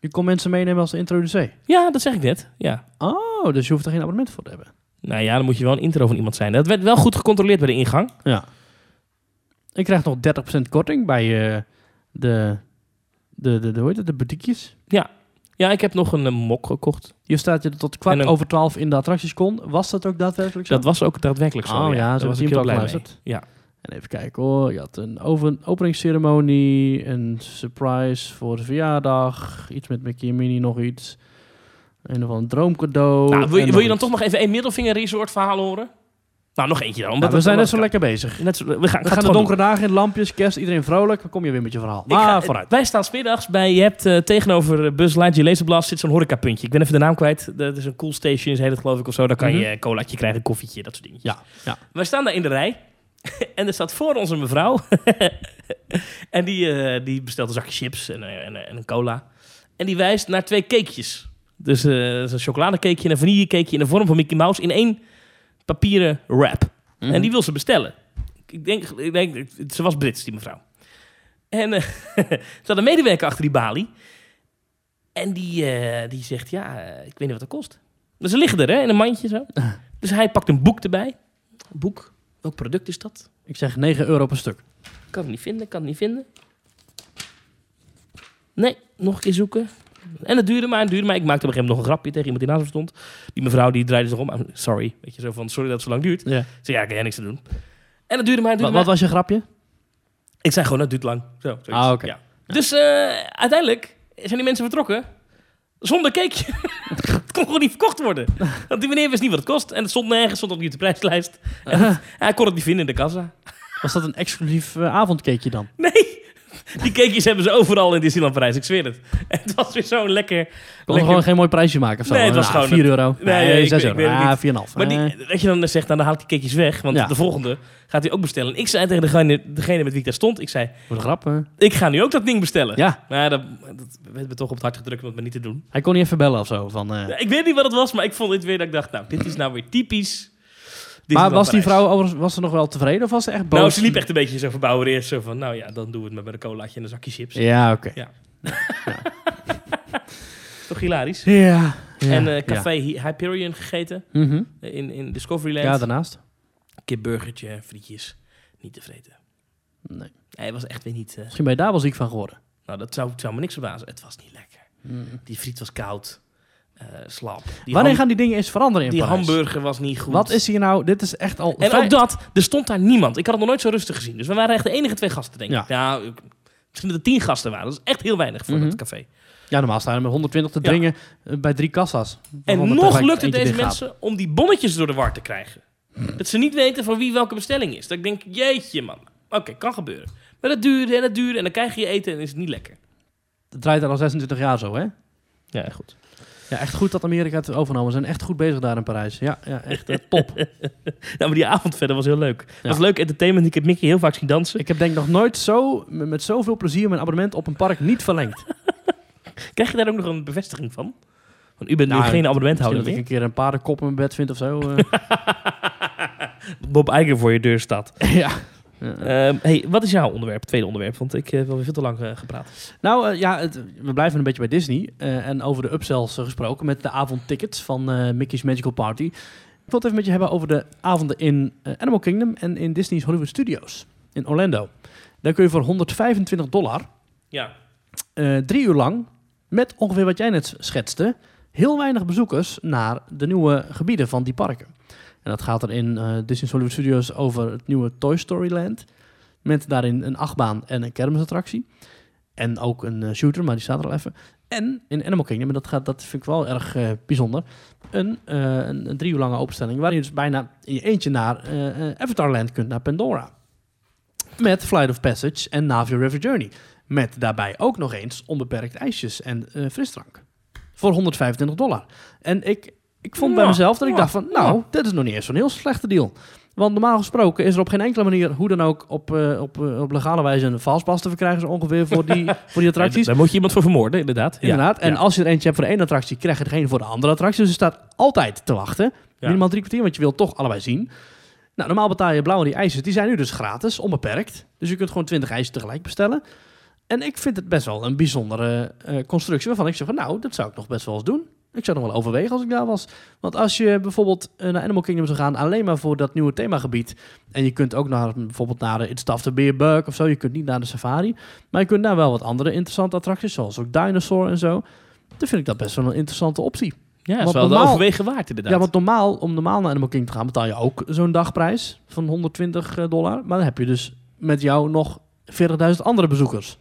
Je kon mensen meenemen als introducee.
Ja, dat zeg ik net. Ja.
Oh, dus je hoeft er geen abonnement voor te hebben.
Nou ja, dan moet je wel een intro van iemand zijn. Dat werd wel goed gecontroleerd bij de ingang.
Ja. Ik krijg nog 30% korting bij eh, de, de, de, de, hoe heet het, de boutiquejes.
Ja, ik heb nog een eh, mok gekocht.
Hier staat je tot kwart
En een-
over 12 in de attracties kon. Was dat ook daadwerkelijk zo?
Dat was ook daadwerkelijk zo.
Oh ja,
Daar
ze hebben
was ik heel
iemand
blij mee.
geluisterd.
Ja.
En even kijken hoor. Je had een over- openingsceremonie, een surprise voor de verjaardag, iets met Mickey en Minnie, nog iets. Een of ander droomcadeau.
Nou, wil,
en
je- wil je dan
nog
toch nog even één middelvinger resort verhaal horen? Nou, nog eentje dan.
iets. Nou,
Omdat
we zijn net
net
zo lekker bezig.
Net zo, we gaan,
We gaan de donkere dagen in, lampjes, kerst, iedereen vrolijk. Dan kom je weer met je verhaal. Maar vooruit.
Wij staan smiddags bij, je hebt eh, tegenover eh, Bus Lightyear Laserblast zit zo'n horecapuntje. Ik ben even de naam kwijt. Dat is een cool station, heet het geloof ik of zo. Daar kan
Mhm.
je een colaatje krijgen, een koffietje, dat soort dingetjes.
Ja, ja.
Wij staan daar in de rij. en er staat voor ons een mevrouw. en die, eh, die bestelt een zakje chips en, eh, en, eh, en een cola. En die wijst naar twee cakejes. Dus eh, dat is een chocoladecakeje en een vanillecakeje in de vorm van Mickey Mouse in één papieren wrap. En die wil ze bestellen. Ik denk, ik denk, ze was Brits, die mevrouw. En eh er zat een medewerker achter die balie. En die, eh, die zegt, ja, eh, ik weet niet wat dat kost. Maar ze liggen er, hè, in een mandje zo. Dus hij pakt een boek erbij. Een boek. Welk product is dat?
Ik zeg 9 euro per stuk.
Ik kan het niet vinden, ik kan het niet vinden. Nee, nog een keer zoeken. En het duurde maar, het duurde maar. Ik maakte op een gegeven moment nog een grapje tegen iemand die naast me stond. Die mevrouw die draaide zich om. I'm Sorry, weet je zo van, sorry dat het zo lang duurt. Ik
Ja.
zei, ja, ik kan jij niks aan doen. En het duurde maar, het
Wat, wat
duurde maar.
was je grapje?
Ik zei gewoon, dat duurt lang. Zo, zoiets.
Ah, oké.
Ja. Dus eh, uiteindelijk zijn die mensen vertrokken zonder cakeje. het kon gewoon niet verkocht worden. Want die meneer wist niet wat het kost. En het stond nergens, stond ook niet op de prijslijst.
Ah.
Hij kon het niet vinden in de kassa.
Was dat een exclusief eh, avondcakeje dan?
Nee. Die cakejes hebben ze overal in Disneyland Parijs, ik zweer het. Het was weer zo'n lekker...
Kon er
lekker-
gewoon geen mooi prijsje maken of zo?
Nee, het was
Ah,
gewoon
4 euro.
Nee, ik-
6
ik
euro.
weet het
Ah,
niet.
4,5.
Maar
Eh,
die, dat je dan zegt, nou, dan haal ik die cakejes weg. Want
Ja.
de volgende gaat hij ook bestellen. En ik zei tegen degene, degene met wie ik daar stond, ik zei...
voor de grap, hè?
Ik ga nu ook dat ding bestellen.
Ja,
Nou, dat, dat werd me toch op het hart gedrukt om het maar niet te doen.
hij kon niet even bellen of zo. Van, eh.
Ja, Ik weet niet wat het was, maar ik vond dit weer dat ik dacht, nou, dit is nou weer typisch.
Maar
Disneyland
was die
Parijs.
vrouw overigens- was ze nog wel tevreden of was ze echt boos?
Nou, ze liep echt een beetje zo verbouwereerd. Zo van, nou ja, dan doen we het maar met een colaatje en een zakje chips.
Ja, oké.
Toch hilarisch.
Ja. ja,
en eh,
ja.
Café Hy- Hyperion gegeten
Mhm.
eh, in, in Discoveryland.
Ja, daarnaast.
Kipburgertje, frietjes. Niet te vreten.
Nee.
Hij was echt weer niet... eh,
Misschien ben je daar wel ziek van geworden.
nou, dat zou, zou me niks verbazen. Het was niet lekker. Die friet was koud. eh slap. Mm. Die,
Wanneer
ham-
gaan die dingen eens veranderen in
die
Parijs?
hamburger was niet goed.
Wat is hier nou? Dit is echt al...
En
vijf-
ook dat, er stond daar niemand. Ik had het nog nooit zo rustig gezien. Dus we waren echt de enige twee gasten, denk ik.
Ja.
Nou, ik- misschien dat er tien gasten waren. Dat is echt heel weinig voor
Mhm.
dat café.
Ja, normaal staan er met 120 te
Ja.
dringen eh, bij drie kassa's. waarvan
En
er
nog
tegelijk
lukt het
eentje
deze
dichtgaat.
mensen om die bonnetjes door de war te krijgen. Dat ze niet weten van wie welke bestelling is. Dat ik denk, jeetje man. Oké, kan gebeuren. Maar dat duurde en dat duurde. En dan krijg je je eten en is het niet lekker.
Het draait al 26 jaar zo, hè?
Ja, goed.
Ja, echt goed dat Amerika het overnamen. We zijn echt goed bezig daar in Parijs. Ja, ja echt eh, top.
Nou, maar die avond verder was heel leuk. Het
Ja.
was leuk entertainment. Ik heb Mickey heel vaak zien dansen.
Ik heb denk ik nog nooit zo, met met zoveel plezier mijn abonnement op een park niet verlengd.
Krijg je daar ook nog een bevestiging van? Want u bent
Nou,
nu geen
Misschien
abonnementhouder
dat ik
meer.
een keer een paardenkop in mijn bed vind of zo. eh.
Bob Iger voor je deur staat.
ja. Ja.
Ehm, hey, wat is jouw onderwerp, tweede onderwerp? Want ik eh, heb wel weer veel te lang eh, gepraat.
Nou eh, ja, het- we blijven een beetje bij Disney. eh, en over de upsells eh, gesproken met de avondtickets van eh, Mickey's Magical Party. Ik wil het even met je hebben over de avonden in eh, Animal Kingdom en in Disney's Hollywood Studios in Orlando. Daar kun je voor 125 dollar,
Ja.
eh, drie uur lang, met ongeveer wat jij net schetste, heel weinig bezoekers naar de nieuwe gebieden van die parken. En dat gaat er in eh, Disney's Hollywood Studios over het nieuwe Toy Story Land. Met daarin een achtbaan en een kermisattractie. En ook een eh, shooter, maar die staat er al even. En in Animal Kingdom, en dat, gaat, dat vind ik wel erg eh, bijzonder, een, eh, een, een drie uur lange openstelling... waarin je dus bijna in je eentje naar eh eh, Avatar Land kunt, naar Pandora. Met Flight of Passage en Navio River Journey. Met daarbij ook nog eens onbeperkt ijsjes en eh, frisdrank. Voor 125 dollar. En ik, ik vond bij
Ja,
mezelf dat ik
ja,
dacht van... nou,
ja.
dit is nog niet eens zo'n heel slechte deal. Want normaal gesproken is er op geen enkele manier... hoe dan ook op, eh, op, eh, op legale wijze een valspas te verkrijgen... zo ongeveer voor die, voor die attracties.
Daar moet je iemand voor vermoorden, inderdaad. Ja.
Inderdaad. En
Ja.
als je er eentje hebt voor de ene attractie, krijg je er geen voor de andere attractie. Dus je staat altijd te wachten.
Ja.
Minimaal drie kwartier, want je wilt toch allebei zien. Nou, normaal betaal je blauw aan die ijsjes. Die zijn nu dus gratis, onbeperkt. Dus je kunt gewoon twintig ijsjes tegelijk bestellen. En ik vind het best wel een bijzondere eh, constructie waarvan ik zeg van nou, dat zou ik nog best wel eens doen. Ik zou nog wel overwegen als ik daar was. Want als je bijvoorbeeld eh, naar Animal Kingdom zou gaan, alleen maar voor dat nieuwe themagebied. En je kunt ook naar, bijvoorbeeld naar de It's Tough to Be a Bug of zo. Je kunt niet naar de safari. Maar je kunt daar wel wat andere interessante attracties, zoals ook Dinosaur en zo. Dan vind ik dat best wel een interessante optie.
Ja, dat is
Want
wel de
normaal-
overwegen waard inderdaad.
Ja, want normaal, om normaal naar Animal Kingdom te gaan, betaal je ook zo'n dagprijs van 120 dollar. Maar dan heb je dus met jou nog 40.000 andere bezoekers.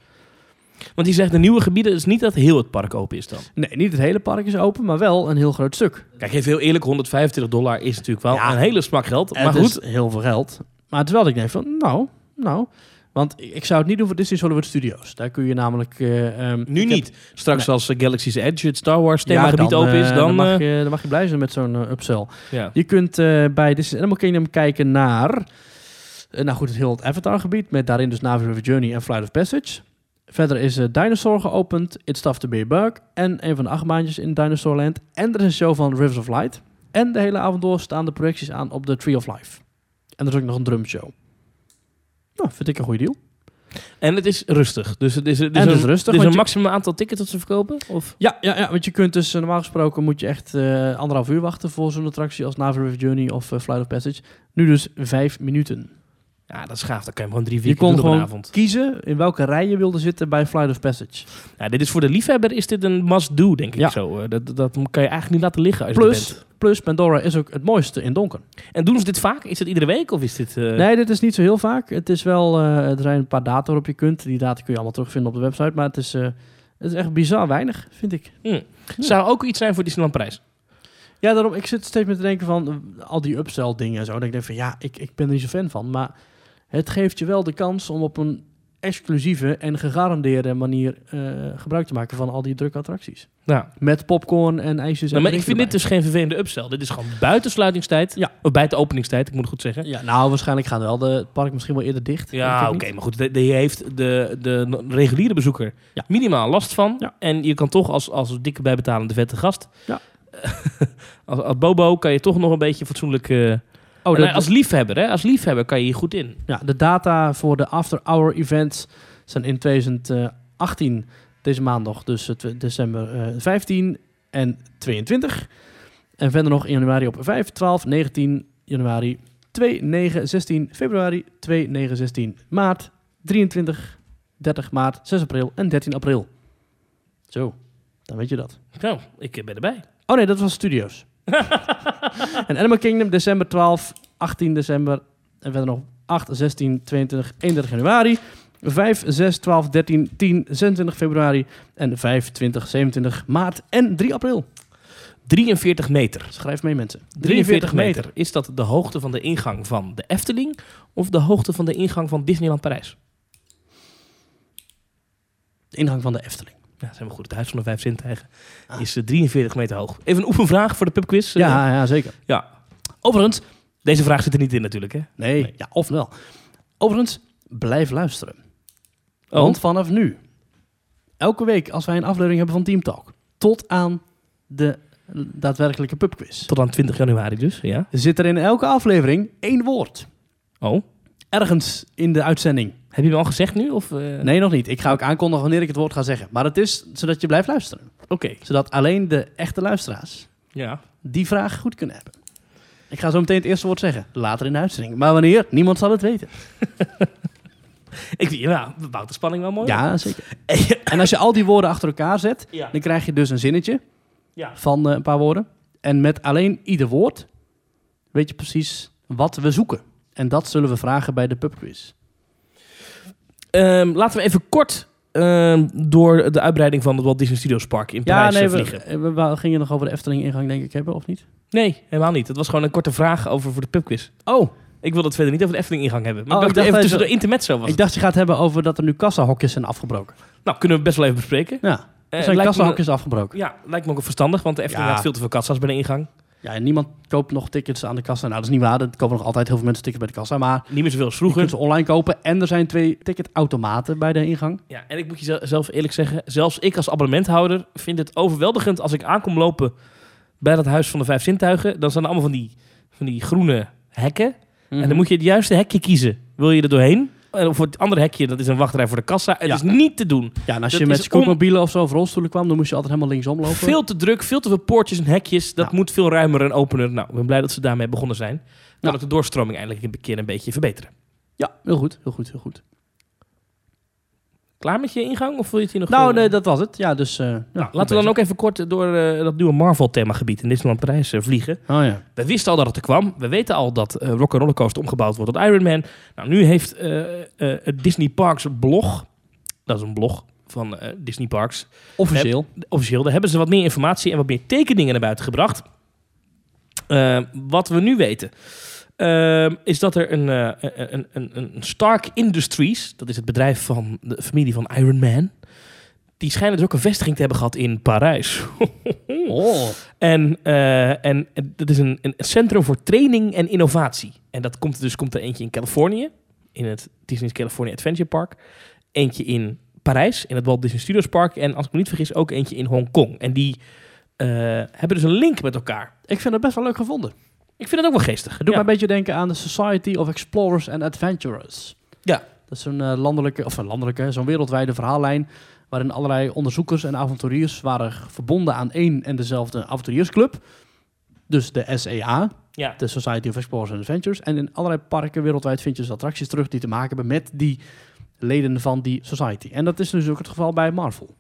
Want die zegt de nieuwe gebieden is niet dat heel het park open is dan.
Nee, niet het hele park is open, maar wel een heel groot stuk.
Kijk, even heel eerlijk, 125 dollar is natuurlijk wel
Ja.
een hele smak geld. Maar
Het
goed,
is heel veel geld. Maar terwijl ik denk van, nou, nou. Want ik- ik zou het niet doen voor Disney Hollywood Studios. Daar kun je namelijk... eh, ehm,
nu
ik heb-
niet. Straks als eh, Galaxy's Edge, het Star Wars
Ja,
themagebied
dan,
open is,
eh,
dan...
mag,
eh,
je, dan mag je blij zijn met zo'n eh, upsell.
ja.
Je kunt eh, bij Disney's Animal Kingdom kijken naar... eh, nou goed, het heel het Avatar-gebied. Met daarin dus Navi River Journey en Flight of Passage. Verder is eh, Dinosaur geopend. It's Tough to Be a Bug. En een van de achtbaantjes in Dinosaur Land. En er is een show van Rivers of Light. En de hele avond door staan de projecties aan op de Tree of Life. En er is ook nog een drumshow. Nou, vind ik een goede deal.
En het is rustig. Dus het is, het is
En het
een,
is rustig,
er is
want
een
je-
maximum aantal tickets dat ze verkopen? Of?
Ja, ja, ja, want je kunt dus eh, normaal gesproken moet je echt eh, anderhalf uur wachten voor zo'n attractie als Navi River Journey of eh, Flight of Passage. Nu dus vijf minuten.
Ja, dat is gaaf. Dan kan je hem gewoon drie,
Je
vier keer
kon
doen op een
gewoon
avond.
kiezen in welke rij je wilde zitten bij Flight of Passage.
Ja, dit is voor de liefhebber is dit een must-do, denk ik
Ja.
zo. Eh, Dat, dat kan je eigenlijk niet laten liggen als je er
Plus,
bent.
plus Pandora is ook het mooiste in donker.
En doen ze dit vaak? Is dit iedere week of is dit... eh,
Nee, dit is niet zo heel vaak. Het is wel, eh, er zijn een paar data waarop je kunt. Die data kun je allemaal terugvinden op de website. Maar het is, eh, het is echt bizar weinig, vind ik.
Hmm. Zou ook iets zijn voor Disneyland Parijs?
Ja, daarom, ik zit steeds meer te denken van eh, al die upsell dingen en zo. En ik denk van, ja, ik, ik ben er niet zo fan van. Maar het geeft je wel de kans om op een exclusieve en gegarandeerde manier eh, gebruik te maken van al die drukke attracties.
Nou,
Met popcorn en ijsjes en
maar ik
drink
vind dit
erbij.
dus geen vervelende upsell. Dit is gewoon buiten sluitingstijd.
Ja.
Of buiten openingstijd, ik moet het goed zeggen.
Ja, nou, waarschijnlijk gaan wel de, het park misschien wel eerder dicht.
Ja, oké, maar goed. de- de- Je heeft de, de reguliere bezoeker
Ja.
minimaal last van.
Ja.
En je kan toch als, als dikke bijbetalende vette gast...
Ja.
als, als bobo kan je toch nog een beetje fatsoenlijk... eh,
Oh,
en
de,
als liefhebber, hè? Als liefhebber kan je hier goed in.
ja, de data voor de after-hour events zijn in 2018, deze maandag, dus eh, tw- december eh, 15 en 22. En verder nog in januari op 5, 12, 19 januari, 2, 9, 16 februari, 2, 9, 16 maart, 23, 30 maart, 6 april en 13 april. Zo, dan weet je dat.
Nou, ik ben erbij.
Oh nee, dat was Studios. en Animal Kingdom, december 12, 18 december. En verder nog 8, 16, 22, 31 januari. 5, 6, 12, 13, 10, 26 februari. En 5, 20, 27 maart en 3 april.
43 meter.
Schrijf mee mensen.
43 meter. Is dat de hoogte van de ingang van de Efteling... of de hoogte van de ingang van Disneyland Parijs?
De ingang van de Efteling. Ah.
Ja, zijn we goed. Het huis van de vijf zintuigen is eh, 43 meter hoog. Even een oefenvraag voor de pubquiz. Eh,
Ja, ja, zeker.
ja.
Overigens,
Deze vraag zit er niet in natuurlijk, hè?
nee,
Nee.
Ja, of wel. Overigens, blijf luisteren.
Oh.
Want vanaf nu, elke week als wij een aflevering hebben van Team Talk, tot aan de daadwerkelijke pubquiz.
Tot aan 20 januari dus, ja.
zit er in elke aflevering één woord.
Oh,
Ergens in de uitzending.
heb je hem al gezegd nu? Of, eh?
Nee, nog niet. Ik ga ook aankondigen wanneer ik het woord ga zeggen. Maar het is zodat je blijft luisteren.
Oké.
Zodat alleen de echte luisteraars
Ja.
die vraag goed kunnen hebben. Ik ga zo meteen het eerste woord zeggen. Later in de uitzending. Maar wanneer? Niemand zal het weten.
Ik, ja, dat bouwt de spanning wel mooi. op.
Ja, zeker. En als je al die woorden achter elkaar zet,
Ja.
dan krijg je dus een zinnetje
Ja.
van eh, een paar woorden. En met alleen ieder woord weet je precies wat we zoeken. En dat zullen we vragen bij de pubquiz.
Ehm, laten we even kort ehm, door de uitbreiding van het Walt Disney Studios Park in
Ja,
Parijs eh,
nee,
vliegen.
we, we, we gingen nog over de Efteling-ingang, denk ik, hebben, of niet?
Nee, helemaal niet. Het was gewoon een korte vraag over voor de pubquiz.
Oh,
Ik wilde het verder niet over de Efteling-ingang hebben. Maar
Oh,
ik dacht,
ik dacht
even
dat je-
tussen de intermezzo was
ik
het.
dacht je gaat hebben over dat er nu kassahokjes zijn afgebroken.
Nou, kunnen we best wel even bespreken.
Ja,
Eh,
er zijn
lijkt me-
kassahokjes afgebroken.
Ja, lijkt me ook wel verstandig, want de Efteling
Ja.
had veel te veel kassa's bij de ingang.
Ja, en niemand koopt nog tickets aan de kassa. Nou, dat is niet waar. Er kopen nog altijd heel veel mensen tickets bij de kassa. Maar
Niet meer zoveel als
je kunt
vroeger.
ze online kopen. En er zijn twee ticketautomaten bij de ingang.
Ja, en ik moet je zel- zelf eerlijk zeggen, zelfs ik als abonnementhouder vind het overweldigend als ik aankom lopen bij dat huis van de vijf zintuigen. Dan staan Mhm.
Mhm.
er allemaal van die, van die groene hekken. En dan moet je het juiste hekje kiezen. Wil je er doorheen? eh, of het andere hekje, dat is een wachtrij voor de kassa. Het
Ja.
is niet te doen.
Ja, en als
Dat
je
is
met scootmobielen of zo of rolstoelen kwam, dan moest je altijd helemaal linksom lopen.
Veel te druk, veel te veel poortjes en hekjes. Dat
Ja.
moet veel ruimer en opener. Nou, ik ben blij dat ze daarmee begonnen zijn. Kan
Ja.
ook de doorstroming eindelijk een keer een beetje verbeteren.
Ja, heel goed, heel goed, heel goed.
Klaar met je ingang? Of wil je het hier nog...
nou,
eh,
nee, dat was het. Ja, dus... eh, ja, goed
Nou, Laten we dan
bezig.
ook even kort door eh, dat nieuwe Marvel-themagebied in Disneyland Parijs eh, vliegen.
Oh ja.
We wisten al dat het er kwam. We weten al dat eh Rock Roller Coaster omgebouwd wordt tot Iron Man. Nou, nu heeft eh, eh, het Disney Parks blog, dat is een blog van eh, Disney Parks,
Officieel.
officieel, daar hebben ze wat meer informatie en wat meer tekeningen naar buiten gebracht. Eh, wat we nu weten, eh, is dat er een, eh, een, een, een een Stark Industries, dat is het bedrijf van de familie van Iron Man, die schijnen dus ook een vestiging te hebben gehad in Parijs. Mm.
Oh.
En, eh, en en dat is een, een centrum voor training en innovatie. En dat komt dus komt er eentje in Californië, in het Disney's California Adventure Park. Eentje in Parijs, in het Walt Disney Studios Park. En als ik me niet vergis, ook eentje in Hongkong. En die eh, hebben dus een link met elkaar.
Ik vind het best wel leuk gevonden. Het
Ik vind het ook wel geestig.
doet mij een beetje denken aan de Society of Explorers and Adventurers.
Ja.
Dat is een eh, landelijke, of een landelijke, zo'n wereldwijde verhaallijn... waarin allerlei onderzoekers en avonturiers waren verbonden aan één en dezelfde avonturiersclub. Dus de SEA,
ja.
de Society of Explorers and Adventures. En in allerlei parken wereldwijd vind je dus attracties terug die te maken hebben met die leden van die society. En dat is dus ook het geval bij Marvel.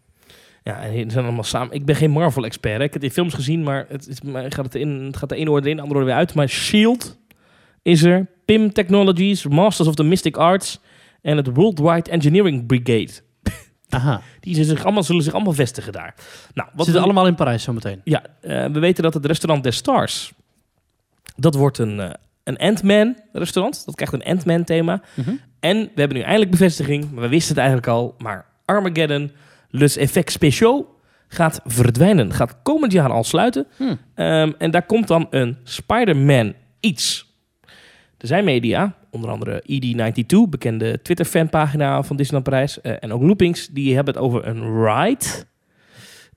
Ja, en die zijn allemaal samen. Ik ben geen Marvel-expert. hè. Ik heb die films gezien, maar het, is, maar gaat het, in, het gaat de ene orde in, de andere orde weer uit. Maar S.H.I.E.L.D. E is er, PIM Technologies, Masters of the Mystic Arts en het Worldwide Engineering Brigade.
Aha.
Die zullen zich allemaal, zullen zich allemaal vestigen daar. Nou,
Wat
wat
zitten
we,
allemaal in Parijs zometeen.
ja, eh, we weten dat het restaurant des Stars, dat wordt een, eh, een Ant-Man restaurant. Dat krijgt een Ant-Man thema. En we hebben nu eindelijk bevestiging, maar we wisten het eigenlijk al. Maar Armageddon, Les Effects Speciaux, gaat verdwijnen. Gaat komend jaar al sluiten.
Hmm.
Ehm, en daar komt dan een Spider-Man iets. Er zijn media, onder andere E ED92, bekende Twitter-fanpagina van Disneyland Parijs. eh, en ook Loopings, die hebben het over een ride.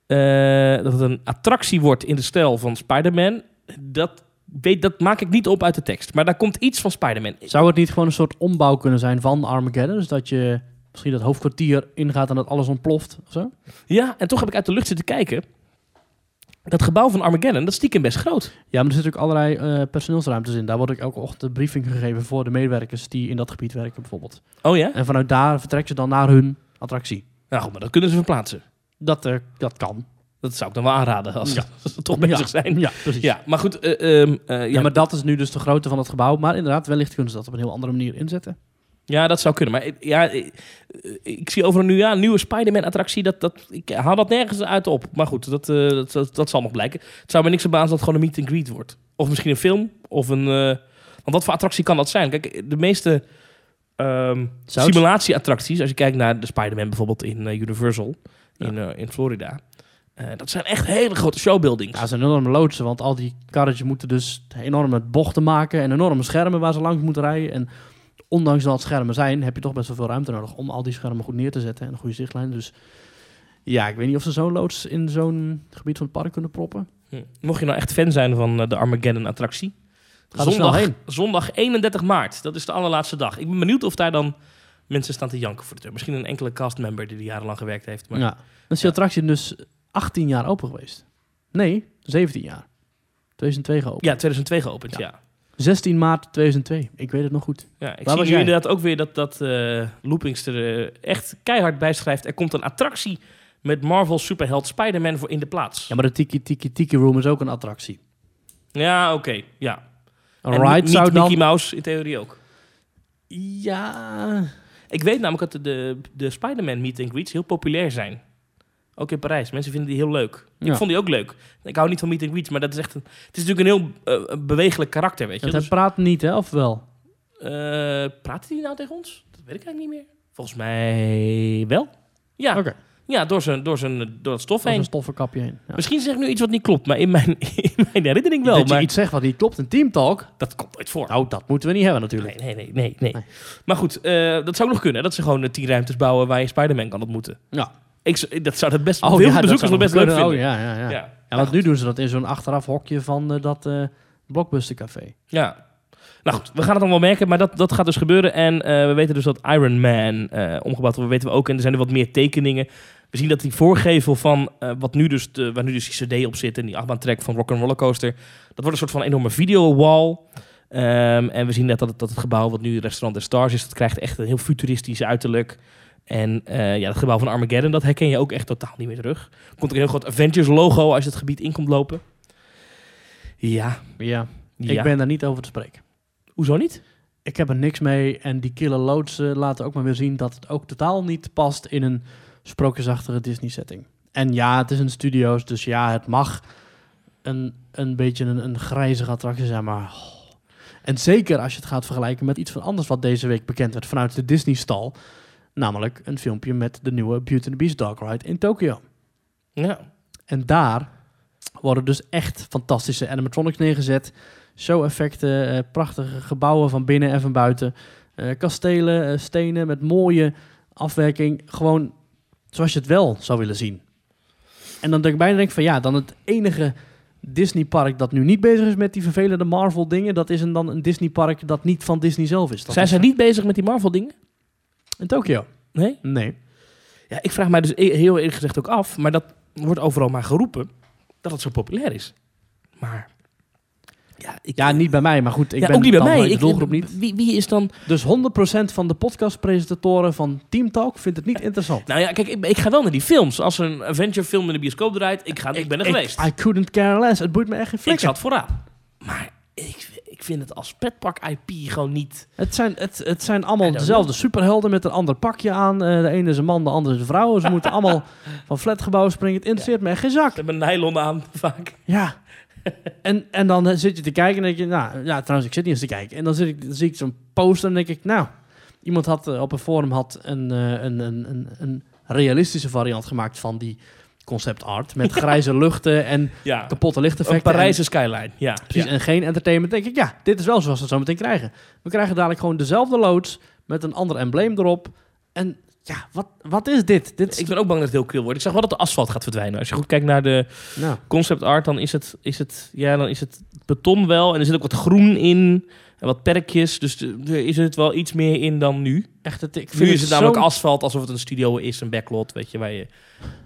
Eh, dat het een attractie wordt in de stijl van Spider-Man. Dat, weet, dat maak ik niet op uit de tekst. Maar daar komt iets van Spider-Man.
Zou het niet gewoon een soort ombouw kunnen zijn van Armageddon? Dus dat je misschien dat hoofdkwartier ingaat en dat alles ontploft of zo?
Ja, en toch heb ik uit de lucht zitten kijken. Dat gebouw van Armageddon, dat is stiekem best groot.
Ja, maar er zitten ook allerlei eh, personeelsruimtes in. Daar wordt ook elke ochtend een briefing gegeven voor de medewerkers die in dat gebied werken bijvoorbeeld.
Oh ja?
En vanuit daar vertrekken ze dan naar hun attractie.
Nou goed, maar dat kunnen ze verplaatsen.
Dat, eh, dat kan.
Dat zou ik dan wel aanraden als
Ja.
ze als ze toch bezig
Ja.
zijn.
Ja, precies.
Ja, maar goed. eh, ehm, eh, ja,
Ja, maar dat is nu dus de grootte van het gebouw. Maar inderdaad, wellicht kunnen ze dat op een heel andere manier inzetten.
ja, dat zou kunnen. Maar eh, ja, eh, eh, ik zie over een nieuw jaar een nieuwe Spider-Man-attractie. Dat, dat, ik haal dat nergens uit op. Maar goed, dat, eh, dat, dat, dat zal nog blijken. Het zou me niks verbazen dat het gewoon een meet and greet wordt. Of misschien een film. Of een... eh, want wat voor attractie kan dat zijn? Kijk, de meeste ehm
Zou het-
simulatieattracties... Als je kijkt naar de Spider-Man bijvoorbeeld in eh, Universal. In, eh, in Florida. eh, dat zijn echt hele grote showbuildings.
Ja, ze zijn enorme loodsen, want al die karretjes moeten dus enorme bochten maken en enorme schermen waar ze langs moeten rijden. En ondanks dat het schermen zijn, heb je toch best wel veel ruimte nodig om al die schermen goed neer te zetten en een goede zichtlijn. Dus ja, ik weet niet of ze zo'n loods in zo'n gebied van het park kunnen proppen.
Hm. Mocht je nou echt fan zijn van eh, de Armageddon-attractie,
Ga er snel heen.
zondag 31 maart, dat is de allerlaatste dag. Ik ben benieuwd of daar dan mensen staan te janken voor de deur. Misschien een enkele castmember die er jarenlang gewerkt heeft. Maar...
Ja. Dan is die attractie dus 18 jaar open geweest. Nee, 17 jaar. 2002 geopend.
Ja, 2002 geopend, ja.
Ja.
ja.
16 maart 2002. Ik weet het nog goed.
ik
was
zie nu
jij?
inderdaad ook weer dat, dat eh, Loopings er eh, echt keihard bij schrijft. Er komt een attractie met Marvel superheld Spider-Man voor in de plaats.
Ja,
Ja,
maar de Tiki Tiki Tiki Room is ook een attractie.
oké. Ja.
Een
en
ride
niet
zou dan...
Mickey Mouse in theorie ook.
Ja,
Ik weet namelijk dat de, de Spider-Man meet and greets heel populair zijn. Ook in Parijs. Mensen vinden die heel leuk. Ik
Ja.
vond die ook leuk. Ik hou niet van meet and greets, maar dat is echt een, het is natuurlijk een heel eh, bewegelijk karakter, weet je.
want hij
Dus,
praat niet, hè? Of wel?
eh, praat hij nou tegen ons? Dat weet ik eigenlijk niet meer. Volgens mij wel. Ja,
Oké.
ja door, zijn, door, zijn, door het stof
Of
heen.
een stoffenkapje heen. Ja.
Misschien zeg ik nu iets wat niet klopt, maar in mijn, in mijn herinnering wel.
dat je
maar
iets zegt wat niet klopt in teamtalk.
dat komt nooit voor.
Nou, dat moeten we niet hebben natuurlijk.
Nee, nee, nee, nee, nee.
Nee.
Maar goed, eh, dat zou nog kunnen. hè, Dat ze gewoon eh, tien ruimtes bouwen waar je Spider-Man kan ontmoeten.
Ja.
Ik, z- dat zou dat best, veel bezoekers nog best leuk vinden.
Oh, ja, ja, ja.
Ja.
En want nu doen ze dat in zo'n achteraf hokje van eh, dat eh blockbuster café.
Ja. Nou goed, we gaan het allemaal merken, maar dat, dat gaat dus gebeuren. En eh, we weten dus dat Iron Man eh, omgebouwd wordt. Weten we ook, en er zijn er wat meer tekeningen. We zien dat die voorgevel van eh, wat nu dus de, waar nu dus die CD op zit en die achtbaantrek van Rock'n'Roller Coaster, dat wordt een soort van enorme videowall. Ehm en we zien net dat het, dat het gebouw wat nu Restaurant der Stars is, dat krijgt echt een heel futuristisch uiterlijk. En eh, ja, het gebouw van Armageddon, dat herken je ook echt totaal niet meer terug. Komt er een heel groot Avengers logo als je het gebied in komt lopen. Ja,
Ja,
ja.
ik ben daar niet over te spreken.
Hoezo niet?
Ik heb er niks mee en die killer loodsen laten ook maar weer zien dat het ook totaal niet past in een sprookjesachtige Disney-setting. En ja, het is een studio's, dus ja, het mag een, een beetje een, een grijzige attractie zijn, maar... oh. En zeker als je het gaat vergelijken met iets van anders wat deze week bekend werd vanuit de Disney-stal. Namelijk een filmpje met de nieuwe Beauty and the Beast Dark Ride in Tokio.
Ja.
En daar worden dus echt fantastische animatronics neergezet. Show-effecten, eh, prachtige gebouwen van binnen en van buiten. eh, kastelen, eh, stenen met mooie afwerking. Gewoon zoals je het wel zou willen zien. En dan denk ik bijna denk ik van ja, dan het enige Disney-park dat nu niet bezig is met die vervelende Marvel-dingen, dat is een, dan een Disney-park dat niet van Disney zelf is. Dat
Zijn
is
zij niet bezig met die Marvel-dingen?
in Tokio?
Nee?
Nee.
Ja, ik vraag mij dus e- heel eerlijk gezegd ook af, maar dat wordt overal maar geroepen, dat het zo populair is. Maar... Ja, ik,
Ja, niet bij mij, maar goed. Ik
ja,
ben
ook niet bij
dan
mij.
in de
Ik-
doelgroep niet.
Wie, wie is dan...
Dus 100% van de podcastpresentatoren van Team Talk vindt het niet interessant.
Nou ja, kijk, ik, ik ga wel naar die films. Als er een adventure film in de bioscoop draait, ik, ga, ik ben er geweest.
I couldn't care less. Het boeit me echt geen
ik
flikker.
zat vooraan. Maar ik, ik vind het als petpark IP gewoon niet...
Het zijn, het, het zijn
I
allemaal
don't
dezelfde superhelden met een ander pakje aan. Eh, de ene is een man, de andere is een vrouw. Ze moeten allemaal van flatgebouwen springen. Het interesseert me echt geen zak.
Ze hebben een nylon aan, vaak.
Ja. En, en dan eh, zit je te kijken en denk je, nou ja, trouwens, ik zit niet eens te kijken. En dan, zit ik, dan zie ik zo'n poster en denk ik, nou, iemand had eh, op een forum had een, eh, een, een, een, een realistische variant gemaakt van die concept art. Met grijze luchten en
Ja,
kapotte lichteffecten.
een
en-
Parijse skyline. Ja,
Precies, en geen entertainment. denk ik, ja, dit is wel zoals we het zo meteen krijgen. We krijgen dadelijk gewoon dezelfde loods met een ander embleem erop. En ja, wat, wat is dit? dit is
Ik ben ook bang dat het heel kil wordt. Ik zag wel dat de asfalt gaat verdwijnen. Als je goed kijkt naar de
nou,
concept art, dan is het, is het, ja, dan is het beton wel. En er zit ook wat groen in en wat perkjes. Dus de- er is het wel iets meer in dan nu.
echt, het, ik vind
Nu is het
zo-
namelijk asfalt, alsof het een studio is, een backlot, weet je, waar, je,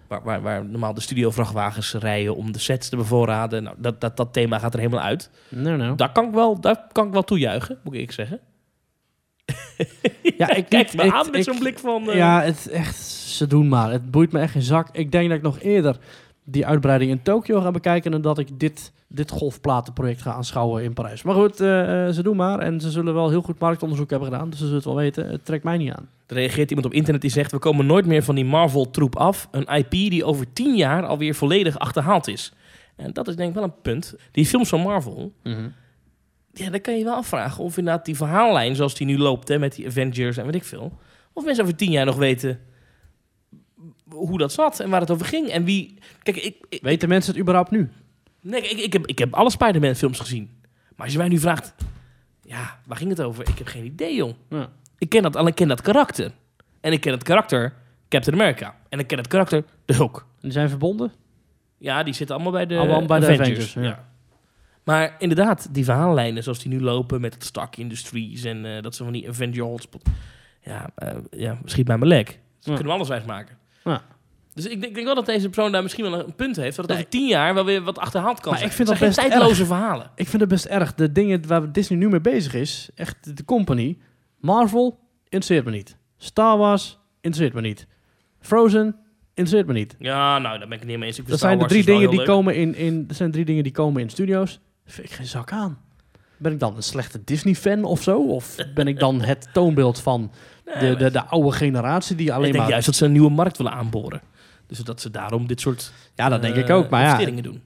waar, waar, waar normaal de studiovrachtwagens rijden om de sets te bevoorraden. Nou, dat, dat, dat thema gaat er helemaal uit.
Nou, nou.
Daar kan ik wel, daar kan ik wel toejuichen, moet ik zeggen.
Ja, ik
Kijk me
ik-
aan met
ik-
zo'n blik van... eh,
Ja, het echt, ze doen maar. Het boeit me echt geen zak. Ik denk dat ik nog eerder die uitbreiding in Tokio ga bekijken... dan dat ik dit, dit golfplatenproject ga aanschouwen in Parijs. Maar goed, eh, eh, ze doen maar. En ze zullen wel heel goed marktonderzoek hebben gedaan. Dus ze zullen het wel weten. Het trekt mij niet aan.
Er reageert iemand op internet die zegt: We komen nooit meer van die Marvel-troep af. Een IP die over tien jaar alweer volledig achterhaald is. En dat is denk ik wel een punt. Die films van Marvel, ja, dan kan je wel afvragen of inderdaad die verhaallijn zoals die nu loopt, hè, met die Avengers en weet ik veel. Of mensen over tien jaar nog weten hoe dat zat en waar het over ging. En wie. Kijk, ik, ik,
Weten mensen het überhaupt nu?
nee, ik, ik, heb, ik heb alle Spider-Man-films gezien. Maar als je mij nu vraagt: Ja, waar ging het over? Ik heb geen idee, jong.
Ja.
Ik ken dat, alleen ik ken dat karakter. En ik ken het karakter Captain America. En ik ken het karakter de Hulk.
Die zijn verbonden?
Ja, die zitten allemaal bij de,
Allemaal bij de
Avengers.
Avengers, ja.
Maar inderdaad, die verhaallijnen zoals die nu lopen met het Stark Industries en eh, dat ze van die Avenger hotspot. Ja, eh, ja schiet mij mijn lek. Dat
Ja.
kunnen we alles wijsmaken.
Ja.
Dus ik denk, ik denk wel dat deze persoon daar misschien wel een punt heeft. Dat het
Nee.
over tien jaar wel weer wat achterhaald kan
Maar
zijn.
ik vind
Het
dat
zijn
best
geen tijdloze verhalen.
Ik vind het best erg. De dingen waar Disney nu mee bezig is, echt de company. Marvel interesseert me niet. Star Wars interesseert me niet. Frozen interesseert me niet.
Ja, nou, daar ben ik het niet mee eens. Ik vind
Dat
Star
zijn de drie
Wars dus wel
dingen
heel
die
leuk.
komen in, in. Dat zijn drie dingen die komen in studios. Vind ik geen zak aan. Ben ik dan een slechte Disney-fan of zo? Of ben ik dan het toonbeeld van
Nee,
de, de, de oude generatie die alleen
ik denk
maar...
juist dat ze een nieuwe markt willen aanboren. Dus dat ze daarom dit soort
ja, dat denk ik
eh,
ook. Maar ja,
investeringen doen.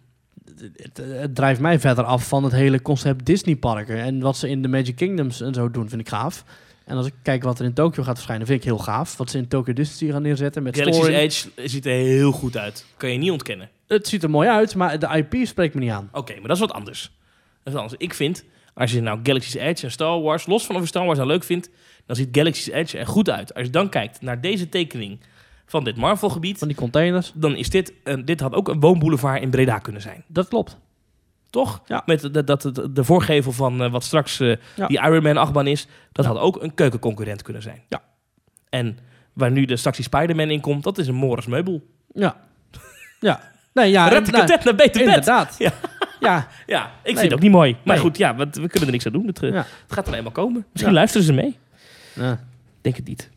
het, eh, het drijft mij verder af van het hele concept Disney parken. En wat ze in de Magic Kingdoms en zo doen, vind ik gaaf. En als ik kijk wat er in Tokio gaat verschijnen, vind ik heel gaaf. Wat ze in Tokyo Disney gaan neerzetten met
Galaxy's
story.
Edge ziet er heel goed uit. Kan je niet ontkennen.
Het ziet er mooi uit, maar de IP spreekt me niet aan.
Oké, maar dat is wat anders. Dat is wat anders. Ik vind, als je nou Galaxy's Edge en Star Wars, los van of je Star Wars nou leuk vindt, dan ziet Galaxy's Edge er goed uit. Als je dan kijkt naar deze tekening van dit Marvel-gebied,
Van die containers,
eh, dan is dit, een, dit had ook een woonboulevard in Breda kunnen zijn.
dat klopt.
Toch?
Ja.
Met de, dat, het- de voorgevel van eh, wat straks eh,
Ja.
die Iron Man achtbaan is. Dat
Ja.
had ook een keukenconcurrent kunnen zijn.
Ja.
En waar nu de, straks die Spider-Man in komt, dat is een Morris meubel.
Ja. ja. Nee,
Ah,
ja.
Red de
nou,
kat naar beter bed.
Inderdaad.
Ja.
ja.
Ja, ik vind
Nee.
het ook niet mooi. Maar
Nee.
goed, ja, want we kunnen er niks aan doen. Het, eh,
Ja.
het gaat er eenmaal komen. Misschien
Ja.
luisteren ze mee.
Ja.
Denk het niet.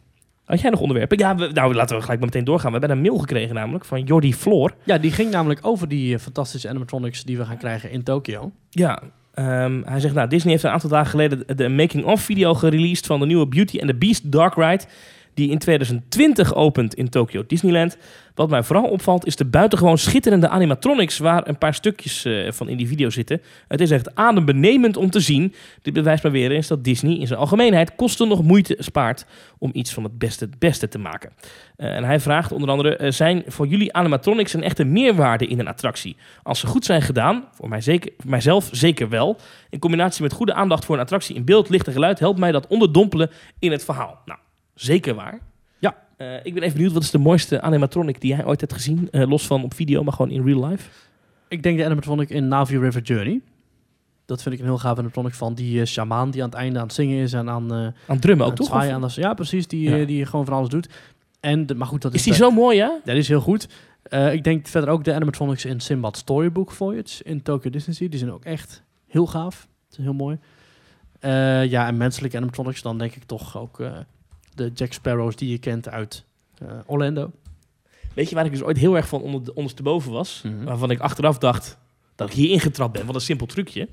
Had jij nog onderwerpen? Ja, we- nou laten we gelijk maar meteen doorgaan. We hebben een mail gekregen namelijk van Jordi Floor.
Ja, die ging namelijk over die eh, fantastische animatronics die we gaan krijgen in Tokio.
Ja, ehm, hij zegt, nou, Disney heeft een aantal dagen geleden de- de making-of video gereleased van de nieuwe Beauty and the Beast Dark Ride, die in 2020 opent in Tokyo Disneyland. Wat mij vooral opvalt is de buitengewoon schitterende animatronics waar een paar stukjes eh, van in die video zitten. Het is echt adembenemend om te zien. Dit bewijst maar weer eens dat Disney in zijn algemeenheid kosten nog moeite spaart om iets van het beste het beste te maken. Eh, en hij vraagt onder andere, eh, zijn voor jullie animatronics een echte meerwaarde in een attractie? Als ze goed zijn gedaan, voor, mij zeker, voor mijzelf zeker wel, in combinatie met goede aandacht voor een attractie in beeld, licht en geluid, helpt mij dat onderdompelen in het verhaal. Nou, zeker waar.
Ja.
Eh, ik ben even benieuwd, wat is de mooiste animatronic die jij ooit hebt gezien? Eh, los van op video, maar gewoon in real life.
Ik denk de animatronic in Navi River Journey. Dat vind ik een heel gaaf animatronic van die eh, shamaan die aan het einde aan het zingen is en aan, eh, aan
Aan het drummen ook,
het
toch?
zwaaien.
Of-
Aan de- ja, precies. Die,
Ja.
eh, die gewoon van alles doet. En de, maar goed, dat is,
Is die
de-
zo mooi, ja?
Dat is heel goed. Eh, ik denk verder ook de animatronics in Sinbad Storybook Voyage in Tokyo Disney. Sea. Die zijn ook echt heel gaaf. Dat is heel mooi. Eh, ja, en menselijke animatronics. Dan denk ik toch ook eh, de Jack Sparrows die je kent uit eh, Orlando.
Weet je waar ik dus ooit heel erg van onder, ondersteboven was?
Mhm.
Waarvan ik achteraf dacht dat ik hier ingetrapt ben. Wat een simpel trucje.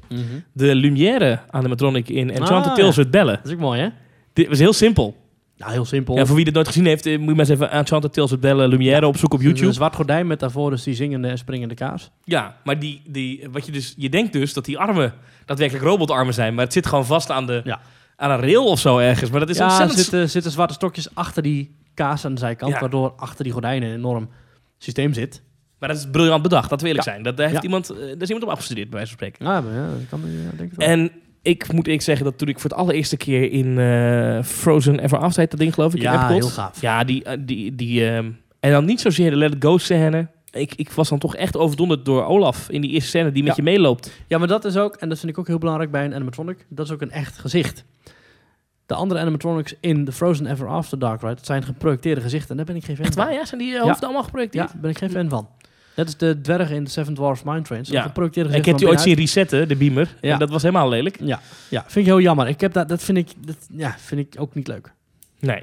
De Lumière animatronic in Enchanted
Ah,
Tales
ja.
uit Bellen.
Dat is ook mooi, hè?
Dit was heel simpel.
Nou, heel simpel.
Ja, voor wie dit nooit gezien heeft, eh, moet je maar eens even Enchanted Tales uit Bellen Lumière opzoeken op
Een
YouTube.
zwart gordijn met daarvoor dus die zingende en springende kaas.
Ja, maar die, die, wat je, dus, je denkt dus dat die armen daadwerkelijk robotarmen zijn. Maar het zit gewoon vast aan, de,
Ja.
aan een rail of zo ergens. Maar dat is
ja, er
ontzettend...
zitten, zitten zwarte stokjes achter die kaas aan de zijkant.
Ja.
Waardoor achter die gordijnen een enorm systeem zit.
Maar dat is briljant bedacht, laten we eerlijk
Ja.
zijn. Dat, daar, heeft
Ja.
iemand, eh, daar is iemand op afgestudeerd, bij wijze van spreken.
Ja, maar ja, dat kan ja, denk ik wel.
En ik moet eerlijk zeggen dat toen ik voor het allereerste keer in eh, Frozen Ever After heet dat ding geloof ik, in
ja,
Epcot.
heel gaaf.
Ja, die, eh, die, die ehm, en dan niet zozeer de Let It Go scène. Ik, ik was dan toch echt overdonderd door Olaf in die eerste scène die met
Ja.
je meeloopt.
Ja, maar dat is ook, en dat vind ik ook heel belangrijk bij een animatronic, dat is ook een echt gezicht. De andere animatronics in The Frozen Ever After Dark Ride zijn geprojecteerde gezichten. En daar ben ik geen fan
Echt
van.
waar, ja? Zijn die eh, hoofden allemaal
Ja,
geprojecteerd?
daar ben ik geen fan van. Net als de dwergen in The Seven Dwarfs Mine Train.
Ja.
Ja. geprojecteerde
Ik
gezichten.
heb die
van
ooit zien resetten, de beamer.
Ja.
En dat was helemaal lelijk.
binnenuit. Ja, vind ik heel jammer. Ik heb dat, dat, vind ik, dat ja, vind ik ook niet leuk.
Nee.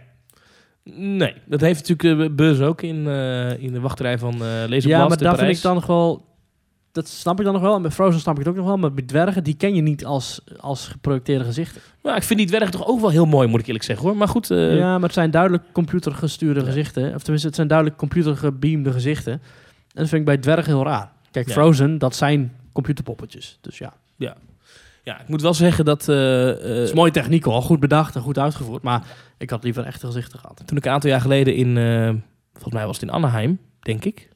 Nee, dat heeft natuurlijk eh, Buzz ook in, eh, in de wachterij van eh
ja,
Laser Blast
maar
in
daar vind
Parijs.
ik dan nog wel... Dat snap ik dan nog wel. En bij Frozen snap ik het ook nog wel. Maar bij dwergen, die ken je niet als, als geprojecteerde gezichten.
Maar ik vind die dwerg toch ook wel heel mooi, moet ik eerlijk zeggen hoor. Maar goed, eh,
ja, maar het zijn duidelijk computergestuurde
Ja.
gezichten. Of tenminste, het zijn duidelijk computergebeamde gezichten. En dat vind ik bij dwergen heel raar. Kijk,
Ja.
Frozen, dat zijn computerpoppetjes. Dus ja.
ja, ik moet wel zeggen dat... eh,
Het
eh,
is mooie techniek al, goed bedacht en goed uitgevoerd. Maar ik had liever echte gezichten gehad.
toen ik een aantal jaar geleden in, eh, volgens mij was het in Anaheim, denk ik,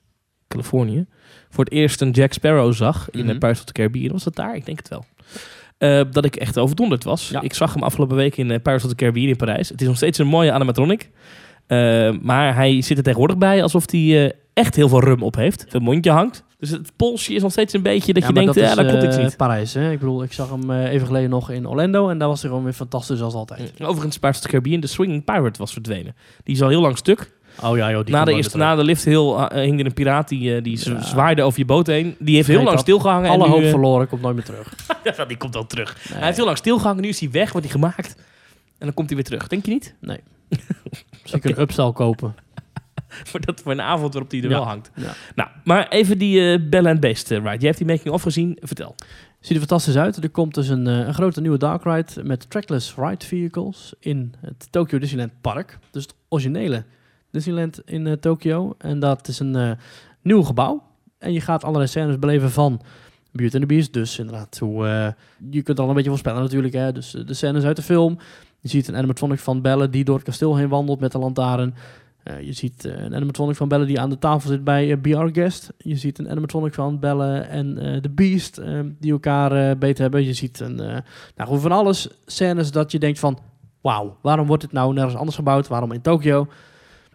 Californië, voor het eerst een Jack Sparrow zag in
Mhm.
de Pirates of the Caribbean. Was dat daar? Ik denk het wel. Eh, dat ik echt overdonderd was.
Ja.
Ik zag hem afgelopen week in eh, Pirates of the Caribbean in Parijs. Het is nog steeds een mooie animatronic. Eh, maar hij zit er tegenwoordig bij alsof hij eh, echt heel veel rum op heeft. Het mondje hangt. Dus het polsje is nog steeds een beetje dat
Ja,
je
maar
denkt, ja,
is,
dat klopt iets
eh,
niet.
Parijs, hè? Ik bedoel, ik zag hem eh, even geleden nog in Orlando. En daar was hij gewoon weer fantastisch als altijd.
Overigens, Pirates of the Caribbean, de Swinging Pirate was verdwenen. Die is al heel lang stuk.
Oh ja, joh, die
na, de eerste, na de lift heel, eh, hing er een piraat die, eh, die z-
Ja.
zwaaide over je boot heen. Die heeft heel
Vergeet
lang
dat.
stilgehangen.
Alle
en nu,
hoop
eh,
verloren, komt nooit meer terug.
ja, die komt wel terug. Hij
Nee.
heeft heel lang stilgehangen, nu is hij weg, wordt hij gemaakt. En dan komt hij weer terug. Denk je niet?
Misschien een upsell kopen.
Voor, dat, voor een avond waarop hij er
Ja.
wel hangt.
Ja.
Nou, maar even die eh, Bella and Beast eh, ride. Jij hebt die making-of gezien. Vertel.
Ziet er fantastisch uit. Er komt dus een, eh, een grote nieuwe dark ride met trackless ride vehicles in het Tokyo Disneyland Park. Dus het originele Disneyland in eh, Tokyo. En dat is een eh, nieuw gebouw. En je gaat allerlei scènes beleven van Beauty and the Beast. Dus inderdaad, hoe, eh, je kunt al een beetje voorspellen natuurlijk. Hè? Dus eh, de scènes uit de film. Je ziet een animatronic van Belle die door het kasteel heen wandelt met de lantaarn. Eh, je ziet eh, een animatronic van Belle die aan de tafel zit bij eh, Be Our Guest. Je ziet een animatronic van Belle en eh The Beast eh, die elkaar eh beter hebben. Je ziet een, eh nou goed, van alles scènes dat je denkt van... Wauw, waarom wordt dit nou nergens anders gebouwd? Waarom in Tokio?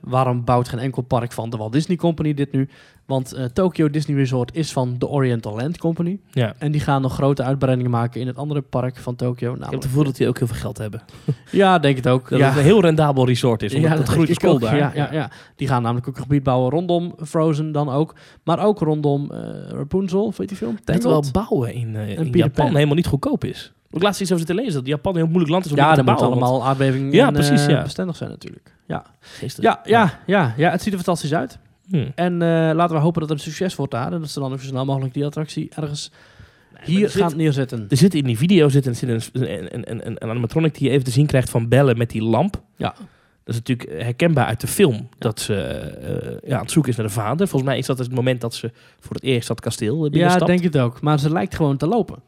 Waarom bouwt geen enkel park van de Walt Disney Company dit nu? Want eh Tokyo Disney Resort is van de Oriental Land Company.
Ja.
En die gaan nog grote uitbreidingen maken in het andere park van Tokyo.
Ik heb
Namelijk...
het gevoel dat die ook heel veel geld hebben.
Ja, denk het ook.
Dat
ja.
het een heel rendabel resort is. Omdat het
dat
groeit
denk
school
ik ook.
daar.
Ja, ja, ja. Die gaan namelijk ook een gebied bouwen rondom Frozen dan ook. Maar ook rondom eh, Rapunzel, weet die film?
Dat
Tangled?
wel bouwen in, eh, in
Peter
Japan
Pan.
helemaal niet goedkoop is. Ik laatst iets over te lezen dat Japan een heel moeilijk land is om
Ja,
dingen
dat
te
moet
bouwen. want-
allemaal aardbeving
Ja,
en,
precies,
eh,
ja.
bestendig zijn natuurlijk. Ja.
Gisteren.
Ja, ja, ja, ja, het ziet er fantastisch uit.
Hm.
En eh, laten we hopen dat het een succes wordt daar. En dat ze dan ook zo snel mogelijk die attractie ergens hier
er zit-
gaan neerzetten.
Er zit in die video zit een, zit een, een, een, een, een animatronic die je even te zien krijgt van bellen met die lamp.
Ja.
Dat is natuurlijk herkenbaar uit de film. Dat ze eh, ja, aan het zoeken is naar de vader. Volgens mij is dat het moment dat ze voor het eerst dat kasteel eh,
Ja,
binnenstapt.
denk het ook. Maar ze lijkt gewoon te lopen.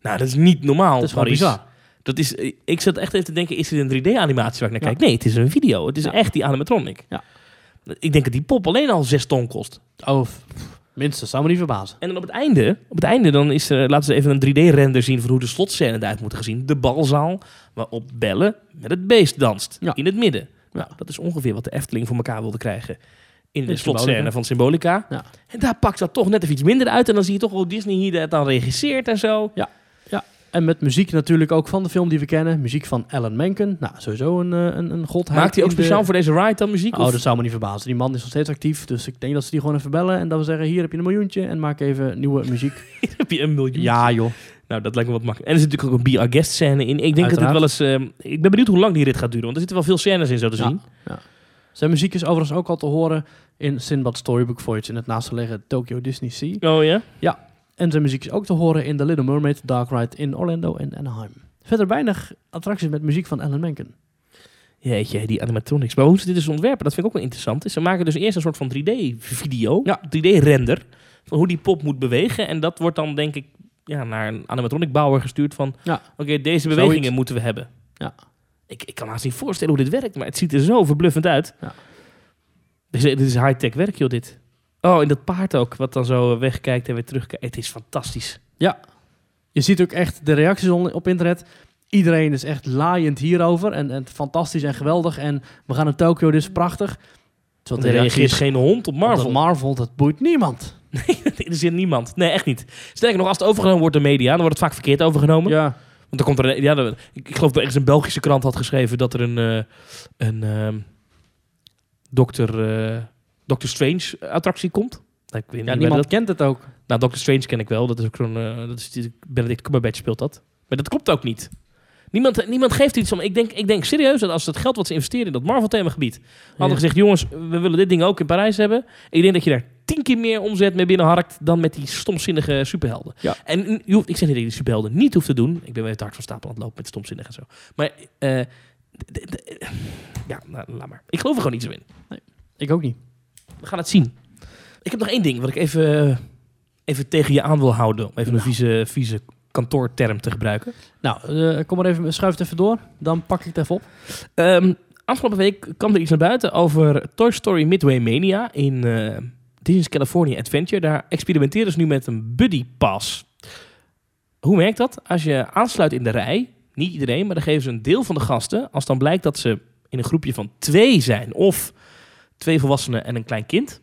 Nou, dat is niet normaal,
dat is wel
Maurice.
bizar.
Dat is, eh, ik zat echt even te denken, is dit een 3D-animatie waar ik naar
Ja.
kijk? Nee, het is een video. Het is
Ja.
echt die animatronic.
Ja.
Ik denk dat die pop alleen al 6 ton kost.
Oh, pff, minstens. Zou me niet verbazen.
En dan op het einde, op het einde dan is, eh, laten ze even een 3D-render zien van hoe de slotscène eruit moet gezien. De balzaal waarop Bellen met het beest danst
Ja.
in het midden.
Ja.
Nou, dat is ongeveer wat de Efteling voor elkaar wilde krijgen in de
In
slotscène
Symbolica.
van Symbolica.
Ja.
En daar pakt dat toch net even iets minder uit. En dan zie je toch hoe Disney hier dat dan regisseert en zo.
En met muziek natuurlijk ook van de film die we kennen. Muziek van Alan Menken. Nou, sowieso een, eh, een, een godheid.
Maakt hij ook
in de-
speciaal voor deze ride dan muziek?
Oh,
of-
dat zou me niet verbazen. Die man is nog steeds actief. Dus ik denk dat ze die gewoon even bellen. En dat we zeggen, hier heb je een miljoentje. En maak even nieuwe muziek.
heb je een miljoen?
ja, joh.
Nou, dat lijkt me wat makkelijk. En er zit natuurlijk ook een Be Our Guest scène in. Ik denk dat
Uiteraard.
dit wel eens... eh, ik ben benieuwd hoe lang die rit gaat duren. Want er zitten wel veel scènes in zo te
Ja.
zien.
Zijn muziek is overigens ook al te horen in Sinbad Storybook Voyage in het naastgelegen Tokyo Disney Sea.
Oh ja?
En zijn muziek is ook te horen in The Little Mermaid Dark Ride in Orlando en Anaheim. Verder weinig attracties met muziek van Alan Menken.
Jeetje, die animatronics. Maar hoe ze dit dus ontwerpen, dat vind ik ook wel interessant. Is ze maken dus eerst een soort van 3D-video,
Ja.
3D-render, van hoe die pop moet bewegen. En dat wordt dan, denk ik, ja, naar een animatronic-bouwer gestuurd van...
Ja.
Oké, deze bewegingen
Zoiets.
moeten we hebben.
Ja.
Ik, ik kan haast niet voorstellen hoe dit werkt, maar het ziet er zo verbluffend uit.
Ja.
Dus, eh, dit is high-tech werk, joh, dit. Oh, en dat paard ook, wat dan zo eh, wegkijkt en weer terugkijkt. Het is fantastisch.
Je ziet ook echt de reacties on- op internet. Iedereen is echt laaiend hierover. En, en fantastisch en geweldig. En we gaan naar Tokyo, dus prachtig. Terwijl
Want
de
er reageert
reacties
geen hond op
Marvel.
Marvel.
Marvel, dat boeit niemand.
Het interesseert niemand. Nee, echt niet. Sterker nog, als het overgenomen wordt door media, dan wordt het vaak verkeerd overgenomen.
Ja.
Want dan komt er. een- Ja, dan- ik, ik geloof dat ergens een Belgische krant had geschreven dat er een. eh, een ehm Doctor, eh, Doctor Strange attractie komt. Nou, ik weet niet
Ja,
waar
niemand
Dat,
kent het ook.
nou, Doctor Strange ken ik wel. Dat is ook zo'n. eh, dat is die- Benedict Cumberbatch speelt dat. Maar dat klopt ook niet. Niemand, niemand geeft iets om. Ik denk, ik denk serieus dat als het geld wat ze investeren in dat Marvel-themagebied. hadden
Ja.
gezegd: jongens, we willen dit ding ook in Parijs hebben. Ik denk dat je daar tien keer meer omzet mee binnenharkt dan met die stomzinnige superhelden.
Ja.
En je hoeft, ik zeg niet dat je die superhelden niet hoeft te doen. Ik ben weer het hart van stapel aan het lopen met stomzinnig en zo. Maar eh, d- d- d- ja, nou, laat maar. Ik geloof er gewoon niet zo in.
Ik ook niet.
We gaan het zien. Ik heb nog één ding wat ik even, eh, even tegen je aan wil houden. Om even een vieze, vieze kantoorterm te gebruiken.
Nou, eh, kom maar even, schuif het even door. Dan pak ik het even op.
Ehm, afgelopen week kwam er iets naar buiten over Toy Story Midway Mania in eh Disney's California Adventure. Daar experimenteren ze nu met een buddy pass. Hoe werkt dat? Als je aansluit in de rij, niet iedereen, maar dan geven ze een deel van de gasten. Als dan blijkt dat ze in een groepje van twee zijn of twee volwassenen en een klein kind,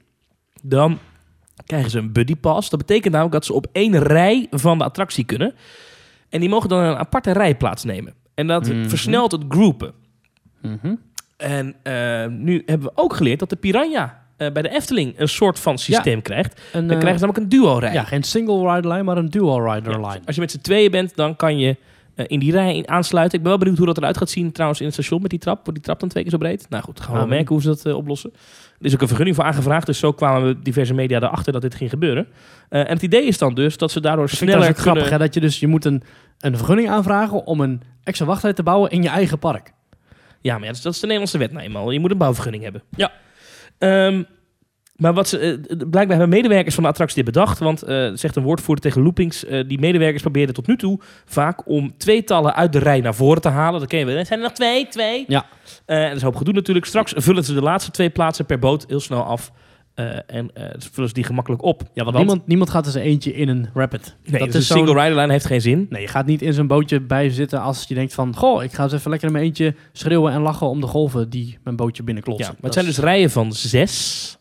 dan krijgen ze een buddy pass. Dat betekent namelijk dat ze op één rij van de attractie kunnen. En die mogen dan een aparte rij plaatsnemen. En dat
Mhm.
versnelt het groepen. Mhm. En eh, nu hebben we ook geleerd dat de Piranha eh, bij de Efteling een soort van systeem
En,
krijgt. Dan
eh,
krijgen ze namelijk een duo-rij.
ja, geen single rider line, maar een dual rider
Ja,
line.
Als je met z'n tweeën bent, dan kan je eh, in die rij in- aansluiten. Ik ben wel benieuwd hoe dat eruit gaat zien trouwens in het station met die trap. Wordt die trap dan twee keer zo breed? Nou goed, gaan we wel
Amen.
merken hoe ze dat eh, oplossen. Er is ook een vergunning voor aangevraagd, dus zo kwamen we diverse media erachter dat dit ging gebeuren. Eh, en het idee is dan dus dat ze daardoor
Dat vind ik
sneller
trouwens ook grappig,
kunnen...
hè, dat je dus je moet een, een vergunning aanvragen om een extra wachtrij te bouwen in je eigen park.
Ja, maar ja, dat is- dat is de Nederlandse wet nou eenmaal. Je moet een bouwvergunning hebben.
Ja.
Ehm, maar wat ze, eh, d- blijkbaar hebben medewerkers van de attractie dit bedacht. Want, eh, zegt een woordvoerder tegen Loopings... eh, die medewerkers probeerden tot nu toe vaak om tweetallen uit de rij naar voren te halen. Dat ken je wel. hè? Zijn er nog twee? Twee?
Ja.
Eh, en dat is een hoop gedoe natuurlijk. Straks vullen ze de laatste twee plaatsen per boot heel snel af. Eh, eh, en eh, dus vullen ze die gemakkelijk op.
Ja, want
Want-
niemand, niemand gaat dus eentje in een rapid.
Nee,
dat
dat
is
een
zo'n-
single rider line heeft geen zin.
Nee, je gaat niet in zo'n bootje bij zitten als je denkt van... Goh, ik ga eens even lekker in mijn eentje schreeuwen en lachen om de golven die mijn bootje
Ja,
binnenklotsen.
maar het zijn dus rijen van zes.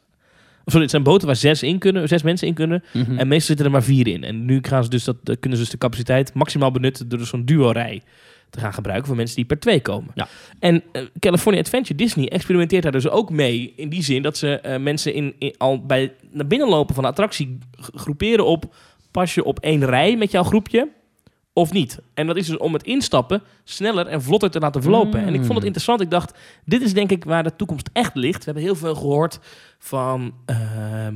Of sorry, het zijn boten waar zes, in kunnen, zes mensen in kunnen.
dus...
En meestal zitten er maar vier in. En nu gaan ze dus dat, eh, kunnen ze dus de capaciteit maximaal benutten door dus zo'n duo-rij te gaan gebruiken voor mensen die per twee komen.
Ja.
En eh, California Adventure Disney experimenteert daar dus ook mee. In die zin dat ze eh, mensen in, in- al bij naar binnen lopen van de attractie g- groeperen op... pas je op één rij met jouw groepje of niet. En dat is dus om het instappen sneller en vlotter te laten verlopen.
Mm.
En ik vond het interessant. Ik dacht, dit is denk ik waar de toekomst echt ligt. We hebben heel veel gehoord van ehm,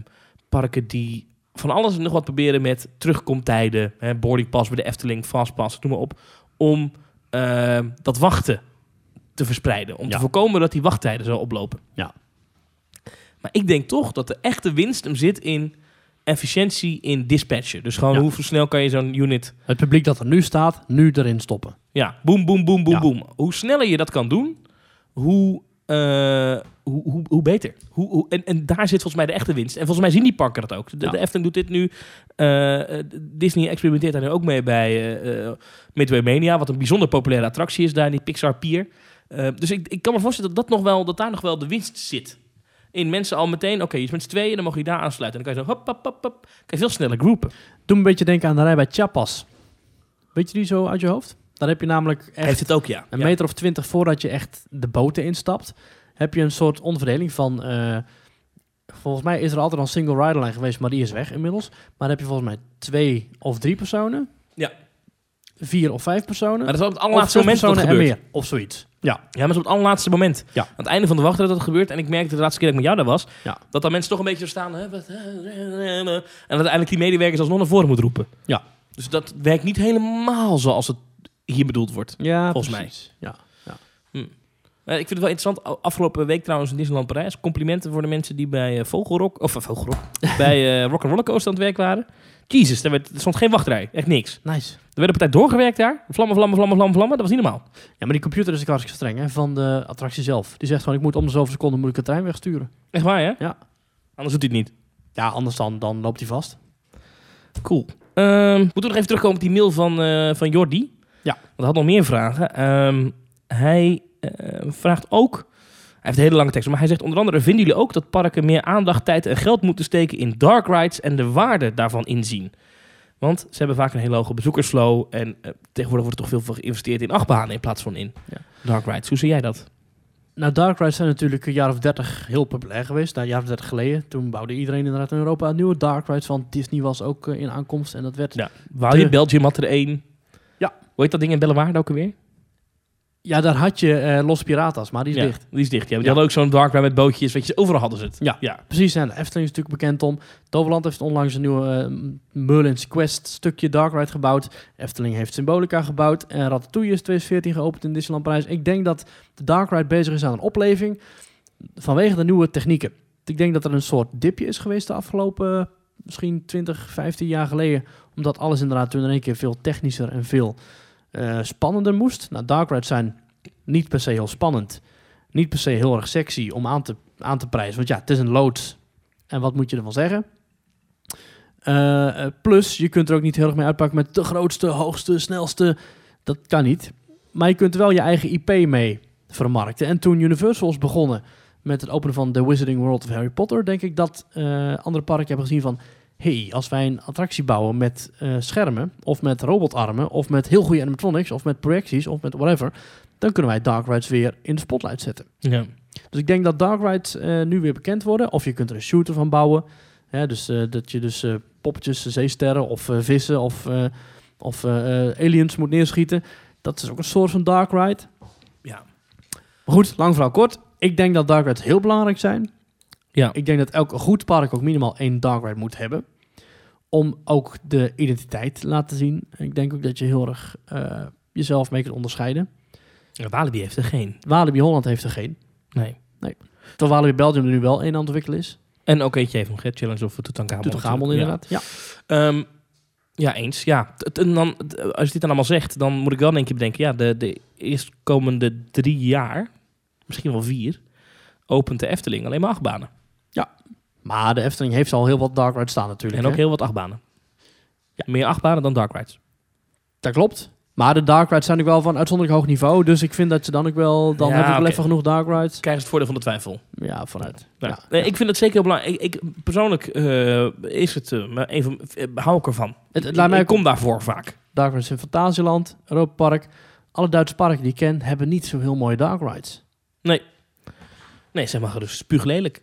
parken die van alles en nog wat proberen met terugkomtijden. Hè, boardingpas bij de Efteling, fastpass, noem maar op. Om ehm, dat wachten te verspreiden. Om
Ja.
te voorkomen dat die wachttijden zo oplopen.
Ja.
Maar ik denk toch dat de echte winst hem zit in efficiëntie in dispatchen. Dus gewoon
Ja.
hoe snel kan je zo'n unit
Het publiek dat er nu staat, nu erin stoppen.
ja, boem, boem, boem, boem,
Ja.
boem. Hoe sneller je dat kan doen, hoe, eh, hoe, hoe, hoe beter. Hoe, hoe, en, en daar zit volgens mij de echte winst. En volgens mij zien die parken dat ook. De,
Ja.
de Efteling doet dit nu. eh, eh, Disney experimenteert daar nu ook mee bij eh, eh, Midway Mania. Wat een bijzonder populaire attractie is daar in die Pixar Pier. Eh, dus ik, ik kan me voorstellen dat, dat, nog wel, dat daar nog wel de winst zit. In mensen al meteen, oké, je is met z'n tweeën, dan mogen je daar aansluiten. En dan kan je zo, hop, hop, hop, hop. Kan je veel sneller groepen.
Doe me een beetje denken aan de rij bij Chiapas. Weet je die zo uit je hoofd? Daar heb je namelijk
Heeft
echt
het ook, ja.
een
Ja.
meter of twintig voordat je echt de boten instapt... heb je een soort onverdeling van... eh, volgens mij is er altijd al een single rider line geweest, maar die is weg inmiddels. Maar dan heb je volgens mij twee of drie personen.
Ja.
Vier of vijf personen.
Maar dat is op het
of
allerlaatste
zes
moment dat het
personen en
gebeurt.
meer. Of zoiets. Ja.
Ja, maar het is op het allerlaatste moment.
Ja.
Aan het einde van de wacht dat dat gebeurt. En ik merkte de laatste keer dat ik met jou daar was...
Ja.
dat dan mensen toch een beetje zo staan... Hè, wat, eh, eh, eh, eh, en dat uiteindelijk die medewerkers alsnog naar voren moet roepen.
Ja.
Dus dat werkt niet helemaal zoals het hier bedoeld wordt.
Ja,
Volgens
mij. Ja.
Eh, ik vind het wel interessant. Af- Afgelopen week trouwens in Disneyland Parijs... complimenten voor de mensen die bij eh, Vogelrok... of eh, Vogelrok... bij eh, Rock and Roller Coaster aan het werk waren. Jezus, daar werd, er stond geen wachtrij. Echt niks.
Nice.
Er werd een partij doorgewerkt daar. Vlammen, vlammen, vlammen, vlammen, vlammen. Dat was niet normaal.
Ja, maar die computer is ook hartstikke streng hè, van de attractie zelf. Die zegt gewoon, ik moet om de zoveel seconden moet ik een trein wegsturen.
Echt waar, hè?
Ja.
Anders doet hij het niet.
Ja, anders dan, dan loopt hij vast.
Cool. Ehm, moeten we nog even terugkomen op die mail van, eh, van Jordi?
Ja.
Want hij had nog meer vragen. Ehm, hij eh, vraagt ook... Hij heeft een hele lange tekst, maar hij zegt onder andere... Vinden jullie ook dat parken meer aandacht, tijd en geld moeten steken in dark rides... en de waarde daarvan inzien? Want ze hebben vaak een hele hoge bezoekersflow... en eh, tegenwoordig wordt er toch veel voor geïnvesteerd in achtbanen in plaats van in
Ja.
dark rides. Hoe zie jij dat?
Nou, dark rides zijn natuurlijk een jaar of dertig heel populair geweest. Nou, een jaar of dertig geleden. Toen bouwde iedereen inderdaad in Europa een nieuwe dark rides. Want Disney was ook eh, in aankomst. En dat werd... Ja,
Ja. Waar je
De-
Belgium had er één.
Ja.
Hoe heet dat ding in Bellewaarde ook alweer?
daar had je eh, Los Piratas, maar die is
ja,
dicht.
Die is dicht, ja. Maar Die
Ja.
hadden ook zo'n dark ride met bootjes. Weet je, overal hadden ze het.
Ja.
ja.
Precies, en de Efteling is natuurlijk bekend om. Toverland heeft onlangs een nieuwe eh, Merlin's Quest stukje Dark Ride gebouwd. Efteling heeft Symbolica gebouwd. En Ratatouille is 2014 geopend in Disneyland Parijs. Ik denk dat de Dark Ride bezig is aan een opleving vanwege de nieuwe technieken. Ik denk dat er een soort dipje is geweest de afgelopen eh, misschien 20, 15 jaar geleden. Omdat alles inderdaad toen in één keer veel technischer en veel eh, spannender moest. Nou, Dark Rides zijn niet per se heel spannend. Niet per se heel erg sexy om aan te aan te prijzen. Want ja, het is een loods. En wat moet je ervan zeggen? Eh, eh, plus, je kunt er ook niet heel erg mee uitpakken met de grootste, hoogste, snelste. Dat kan niet. Maar je kunt er wel je eigen IP mee vermarkten. En toen Universal is begonnen met het openen van The Wizarding World of Harry Potter, denk ik dat eh, andere parken hebben gezien van... hey, als wij een attractie bouwen met eh, schermen, of met robotarmen, of met heel goede animatronics, of met projecties, of met whatever... dan kunnen wij Dark Rides weer in de spotlight zetten.
Ja.
Dus ik denk dat dark rides eh, nu weer bekend worden. Of je kunt er een shooter van bouwen. Hè, dus eh, dat je dus eh, poppetjes, eh, zeesterren of eh, vissen of, eh, of eh, eh, aliens moet neerschieten. Dat is ook een soort van dark ride.
Ja.
Maar goed, lang verhaal kort. Ik denk dat dark rides heel belangrijk zijn.
Ja.
Ik denk dat elk goed park ook minimaal één dark ride moet hebben. Om ook de identiteit te laten zien. Ik denk ook dat je heel erg eh, jezelf mee kunt onderscheiden.
Walibi heeft er geen.
Walibi Holland heeft er geen.
Nee.
Terwijl Walibi Belgium er nu wel één aan het ontwikkelen is.
En ook eentje heeft nog, hè, Challenge of Tutankhamon.
Tutankhamon
natuurlijk.
inderdaad. Ja.
Ja, Ehm, ja eens. Ja. T- t- En dan, t- als je dit dan allemaal zegt, dan moet ik wel denk je bedenken... Ja, de, de eerstkomende drie jaar, misschien wel vier... opent de Efteling alleen maar achtbanen.
Maar de Efteling heeft al heel wat dark rides staan natuurlijk.
En ook
hè?
heel wat achtbanen. Ja, meer achtbanen dan dark rides.
Dat klopt. Maar de dark rides zijn ook wel van uitzonderlijk hoog niveau. Dus ik vind dat ze dan ook wel... Dan
Ja,
hebben we wel
oké.
even genoeg dark rides.
Krijgen ze het voordeel van de twijfel.
Ja, vanuit.
Ja.
Ja.
Nee, Ik vind het zeker heel belangrijk. Ik, ik- persoonlijk eh, is het, eh, maar een van, eh, hou ik ervan.
Het, het lijkt mij
ik
ook...
kom daarvoor vaak.
Dark rides in Fantasieland, Europa Park. Alle Duitse parken die ik ken, hebben niet zo heel mooie dark rides.
Nee, zeg maar dus spuuglelijk.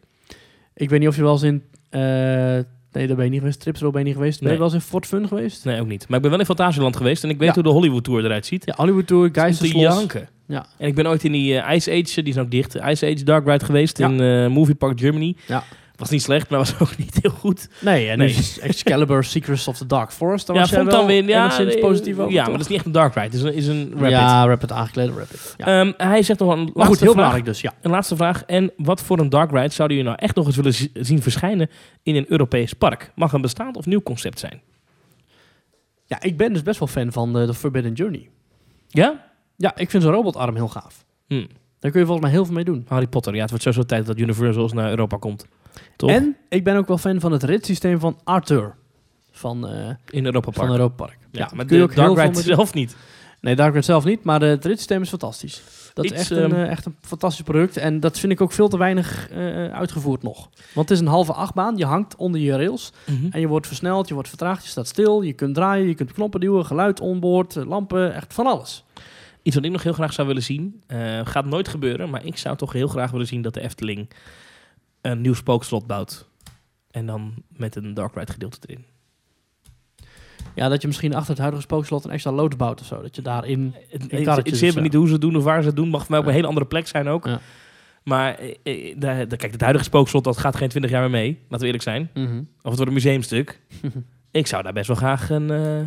Ik weet niet of je wel eens in... eh, nee, daar ben je niet geweest. Tripsro ben je niet geweest. Ben je
Nee.
wel eens in Fort Fun geweest?
Nee, ook niet. Maar ik ben wel in Fantasieland geweest en ik weet
Ja.
hoe de Hollywood Tour eruit ziet.
Ja, Hollywood Tour,
Om te
Geisterslos.
janken.
Ja.
En ik ben ooit in die eh, Ice Age, eh, die is ook dicht, Ice Age Dark Ride geweest
Ja.
in eh, Movie Park Germany.
Ja.
Was niet slecht, maar was ook niet heel goed.
Nee, en nu
Nee.
is Excalibur, Secrets of the Dark Forest. Daar
ja,
was jij
vond
wel
dan weer... Ja,
enigszins
eh,
positief
Ja,
over,
maar
toch?
dat is niet echt een Dark Ride. Het is een, is een rapid.
Ja, Rapid, aangeklede Rapid. Ja.
Ehm, hij zegt nog een laatste
maar goed, heel
vraag.
belangrijk dus, ja.
Een laatste vraag. En wat voor een dark ride zouden jullie nou echt nog eens willen zi- zien verschijnen in een Europees park? Mag een bestaand of nieuw concept zijn?
Ja, ik ben dus best wel fan van de, de Forbidden Journey.
Ja?
Ja, ik vind zo'n robotarm heel gaaf.
Hm.
Daar kun je volgens mij heel veel mee doen.
Harry Potter. Ja, het wordt sowieso tijd dat Universal eens naar Europa komt. Toch?
En ik ben ook wel fan van het ritssysteem van Arthur. Van, eh,
in Europa
van
Park.
Europa Park.
ja, maar
kun je
de
ook heel
dark
veel
ride
mee doen.
zelf niet.
Nee, Dark Ride zelf niet, maar eh, het ritssysteem is fantastisch. Dat
Iets,
is echt een,
ehm,
eh, echt een fantastisch product. En dat vind ik ook veel te weinig eh, uitgevoerd nog. Want het is een halve achtbaan. Je hangt onder je rails. En je wordt versneld, je wordt vertraagd, je staat stil, je kunt draaien, je kunt knoppen duwen, geluid onboord, eh, lampen, echt van alles.
Iets wat ik nog heel graag zou willen zien, eh, gaat nooit gebeuren, maar ik zou toch heel graag willen zien dat de Efteling een nieuw spookslot bouwt. En dan met een dark ride gedeelte erin.
Ja, dat je misschien achter het huidige spookslot een extra loods bouwt of zo. Dat je daarin...
Het-
In
Ik
karretjes
ik
of
zie
zo.
me niet hoe ze het doen of waar ze het doen. Mag voor mij op een
dus, Ja.
hele andere plek zijn ook.
Ja.
Maar eh, eh, daar- daar- kijk, het huidige spookslot dat gaat geen 20 jaar meer mee. Laten we eerlijk zijn. Of het wordt een museumstuk. ik zou daar best wel graag een, eh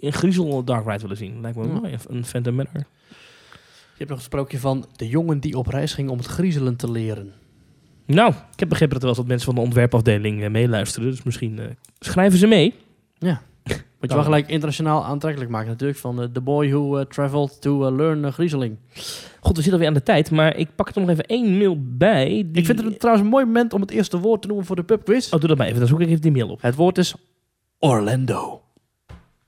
een griezel dark ride willen zien. Lijkt me ook
Ja.
mooi. Een Phantom Manor.
Je hebt nog een sprookje van de jongen die op reis ging om het griezelen te leren.
Nou, ik heb begrepen dat er wel eens wat mensen van de ontwerpafdeling eh, meeluisteren. Dus misschien eh, schrijven ze mee.
Wat je
Ja.
wel gelijk internationaal aantrekkelijk maakt natuurlijk. Van eh, The Boy Who eh, Traveled to eh, Learn eh, Griezeling.
God, we zitten alweer aan de tijd. Maar ik pak er nog even één mail bij. die-
Ik vind het een- trouwens een mooi moment om het eerste woord te noemen voor de pubquiz.
Oh, doe dat maar even. Dan zoek ik even die mail op.
Het woord is Orlando.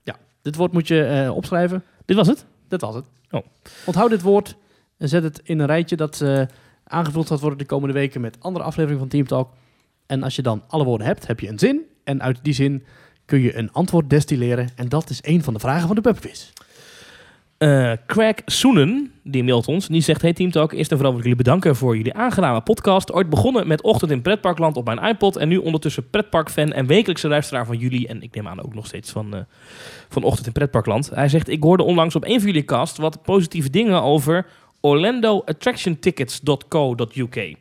Ja, dit woord moet je eh, opschrijven.
Dit was het.
Dat was het.
Oh.
Onthoud dit woord en zet het in een rijtje dat eh, aangevuld gaat worden de komende weken met andere afleveringen van Team Talk. En als je dan alle woorden hebt, heb je een zin. En uit die zin kun je een antwoord destilleren. En dat is een van de vragen van de pubquiz.
Eh, Craig Soenen, die mailt ons. Die zegt, hey Team Talk, eerst en vooral wil ik jullie bedanken voor jullie aangename podcast. Ooit begonnen met Ochtend in Pretparkland op mijn iPod. En nu ondertussen pretparkfan en wekelijkse luisteraar van jullie. En ik neem aan ook nog steeds van, eh, van Ochtend in Pretparkland. Hij zegt, ik hoorde onlangs op een van jullie cast wat positieve dingen over orlandoattractiontickets.co.uk.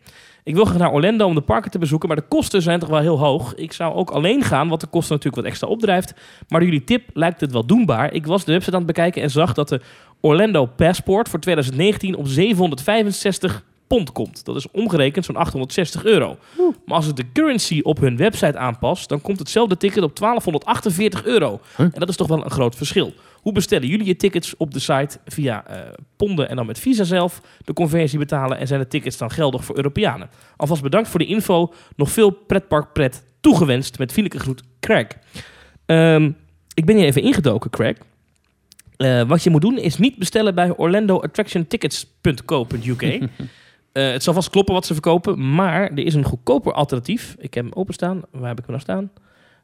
Ik wil graag naar Orlando om de parken te bezoeken, maar de kosten zijn toch wel heel hoog. Ik zou ook alleen gaan, wat de kosten natuurlijk wat extra opdrijft. Maar door jullie tip lijkt het wel doenbaar. Ik was de website aan het bekijken en zag dat de Orlando Passport voor 2019 op 765 pond komt. Dat is omgerekend zo'n 860 euro.
Oeh.
Maar als ik de currency op hun website aanpas, dan komt hetzelfde ticket op 1248 euro.
Huh?
En dat is toch wel een groot verschil. Hoe bestellen jullie je tickets op de site via eh, ponden en dan met Visa zelf de conversie betalen en zijn de tickets dan geldig voor Europeanen? Alvast bedankt voor de info. Nog veel pretpark pret toegewenst met vriendelijke groet Craig. Ehm, ik ben hier even ingedoken, Craig. Eh, wat je moet doen is niet bestellen bij orlandoattractiontickets.co.uk. Eh het zal vast kloppen wat ze verkopen, maar er is een goedkoper alternatief. Ik heb hem openstaan. Waar heb ik hem nou staan?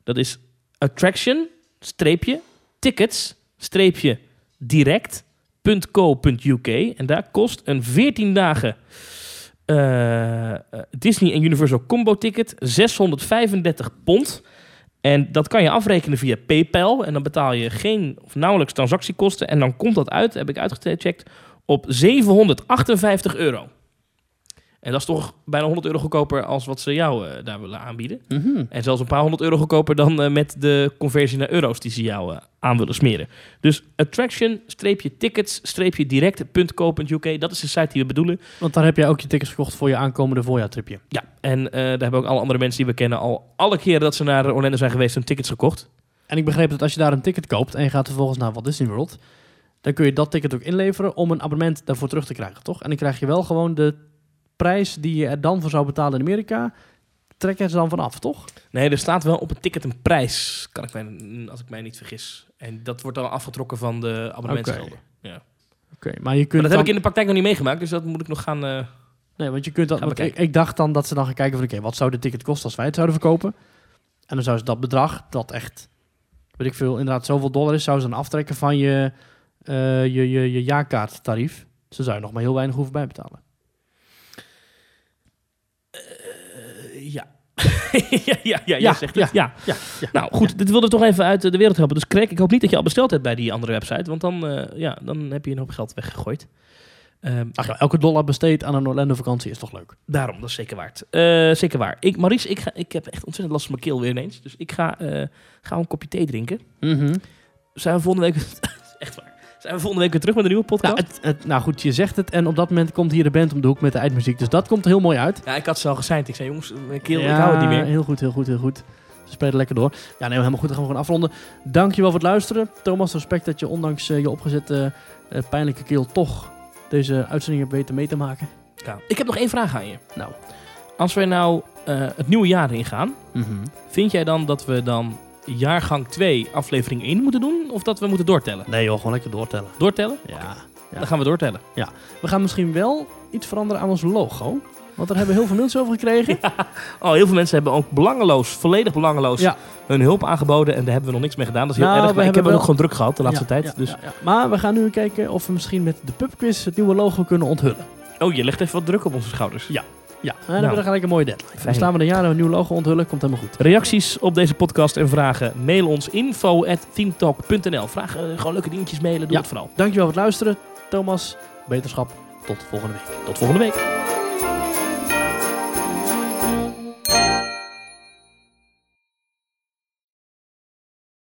Dat is attraction streepje tickets streepje direct.co.uk en daar kost een 14 dagen eh, eh, Disney en Universal combo ticket 635 pond. En dat kan je afrekenen via PayPal en dan betaal je geen of nauwelijks transactiekosten en dan komt dat uit, heb ik uitgecheckt, op 758 euro. En dat is toch bijna 100 euro goedkoper als wat ze jou eh, daar willen aanbieden. En zelfs een paar honderd euro goedkoper dan eh, met de conversie naar euro's die ze jou eh, aan willen smeren. Dus attraction-tickets-direct.co.uk, dat is de site die we bedoelen.
Want daar heb jij ook je tickets verkocht voor je aankomende voorjaartripje.
Ja, en eh, daar hebben ook alle andere mensen die we kennen al alle keren dat ze naar Orlando zijn geweest hun tickets gekocht.
En ik begreep dat als je daar een ticket koopt en je gaat vervolgens naar Walt Disney World, dan kun je dat ticket ook inleveren om een abonnement daarvoor terug te krijgen, toch? En dan krijg je wel gewoon de prijs die je er dan voor zou betalen in Amerika, trekken ze dan vanaf, toch?
Nee, er staat wel op het ticket een prijs, kan ik mij, als ik mij niet vergis. En dat wordt dan afgetrokken van de abonnementsgelden.
Oké, maar je
Maar
kunt
dat
dan-
heb ik in de praktijk nog niet meegemaakt, dus dat moet ik nog gaan... eh,
Nee, want je kunt dat.
Gaan
want ik,
bekijken.
ik dacht dan dat ze dan gaan kijken van oké, wat zou dit ticket kosten als wij het zouden verkopen? En dan zou ze dat bedrag, dat echt, weet ik veel, inderdaad zoveel dollar is, zouden ze dan aftrekken van je, eh, je, je, je jaarkaarttarief. Dus dan zou je nog maar heel weinig hoeven bijbetalen.
eh, ja. ja, ja, ja, jij zegt het.
ja, ja,
Nou goed, dit wilde ik toch even uit eh, de wereld helpen. Dus Craig, ik hoop niet dat je al besteld hebt bij die andere website. Want dan, eh, ja, dan heb je een hoop geld weggegooid. Ehm,
Ach ja, elke dollar besteed aan een Orlando vakantie is toch leuk?
daarom, dat is zeker waard. Eh, zeker waar. Ik, Maurice, ik, ga, ik heb echt ontzettend last van mijn keel weer ineens. Dus ik ga, eh ga een kopje thee drinken. Zijn we volgende week... echt waar. Zijn we volgende week weer terug met een nieuwe
Ja,
podcast? Ja,
het, het, nou goed, je zegt het en op dat moment komt hier de band om de hoek met de eindmuziek. Dus dat komt er heel mooi uit.
ik had ze al gezeind. Ik zei, jongens, mijn keel,
Ja,
ik hou het niet meer.
Heel goed, heel goed, heel goed. We spelen lekker door. Ja, nee, helemaal goed. Dan gaan we gewoon afronden. Dankjewel voor het luisteren. Thomas, respect dat je ondanks eh, je opgezette eh, pijnlijke keel toch deze uitzending hebt weten mee te maken.
Ja. Ik heb nog één vraag aan je.
Nou.
Als wij nou eh, het nieuwe jaar ingaan...
Mhm.
Vind jij dan dat we dan jaargang 2 aflevering 1 moeten doen? Of dat we moeten doortellen?
Nee joh, gewoon lekker doortellen.
Doortellen?
Ja.
Dan gaan we doortellen.
We gaan misschien wel iets veranderen aan ons logo. Want daar hebben we heel veel mails over gekregen.
Oh, heel veel mensen hebben ook belangeloos, volledig belangeloos,
Ja.
hun hulp aangeboden. En daar hebben we nog niks mee gedaan. Dat is heel
Nou,
erg.
we
Maar ik heb
hebben
het
wel-
ook gewoon druk gehad de laatste
Ja,
tijd.
ja,
dus...
ja, ja. Maar we gaan nu kijken of we misschien met de pubquiz het nieuwe logo kunnen onthullen.
Oh, je legt even wat druk op onze schouders.
Ja, en dan
Nou.
hebben we dan gelijk een mooie deadline.
Fijn.
Dan staan we een jaar en een nieuw logo onthullen. Komt helemaal goed.
Reacties op deze podcast en vragen, mail ons info.teamtalk.nl. Vraag eh, gewoon leuke dingetjes mailen, doe
Ja.
het vooral.
Dankjewel voor het luisteren. Thomas, beterschap. Tot volgende week.
Tot volgende week.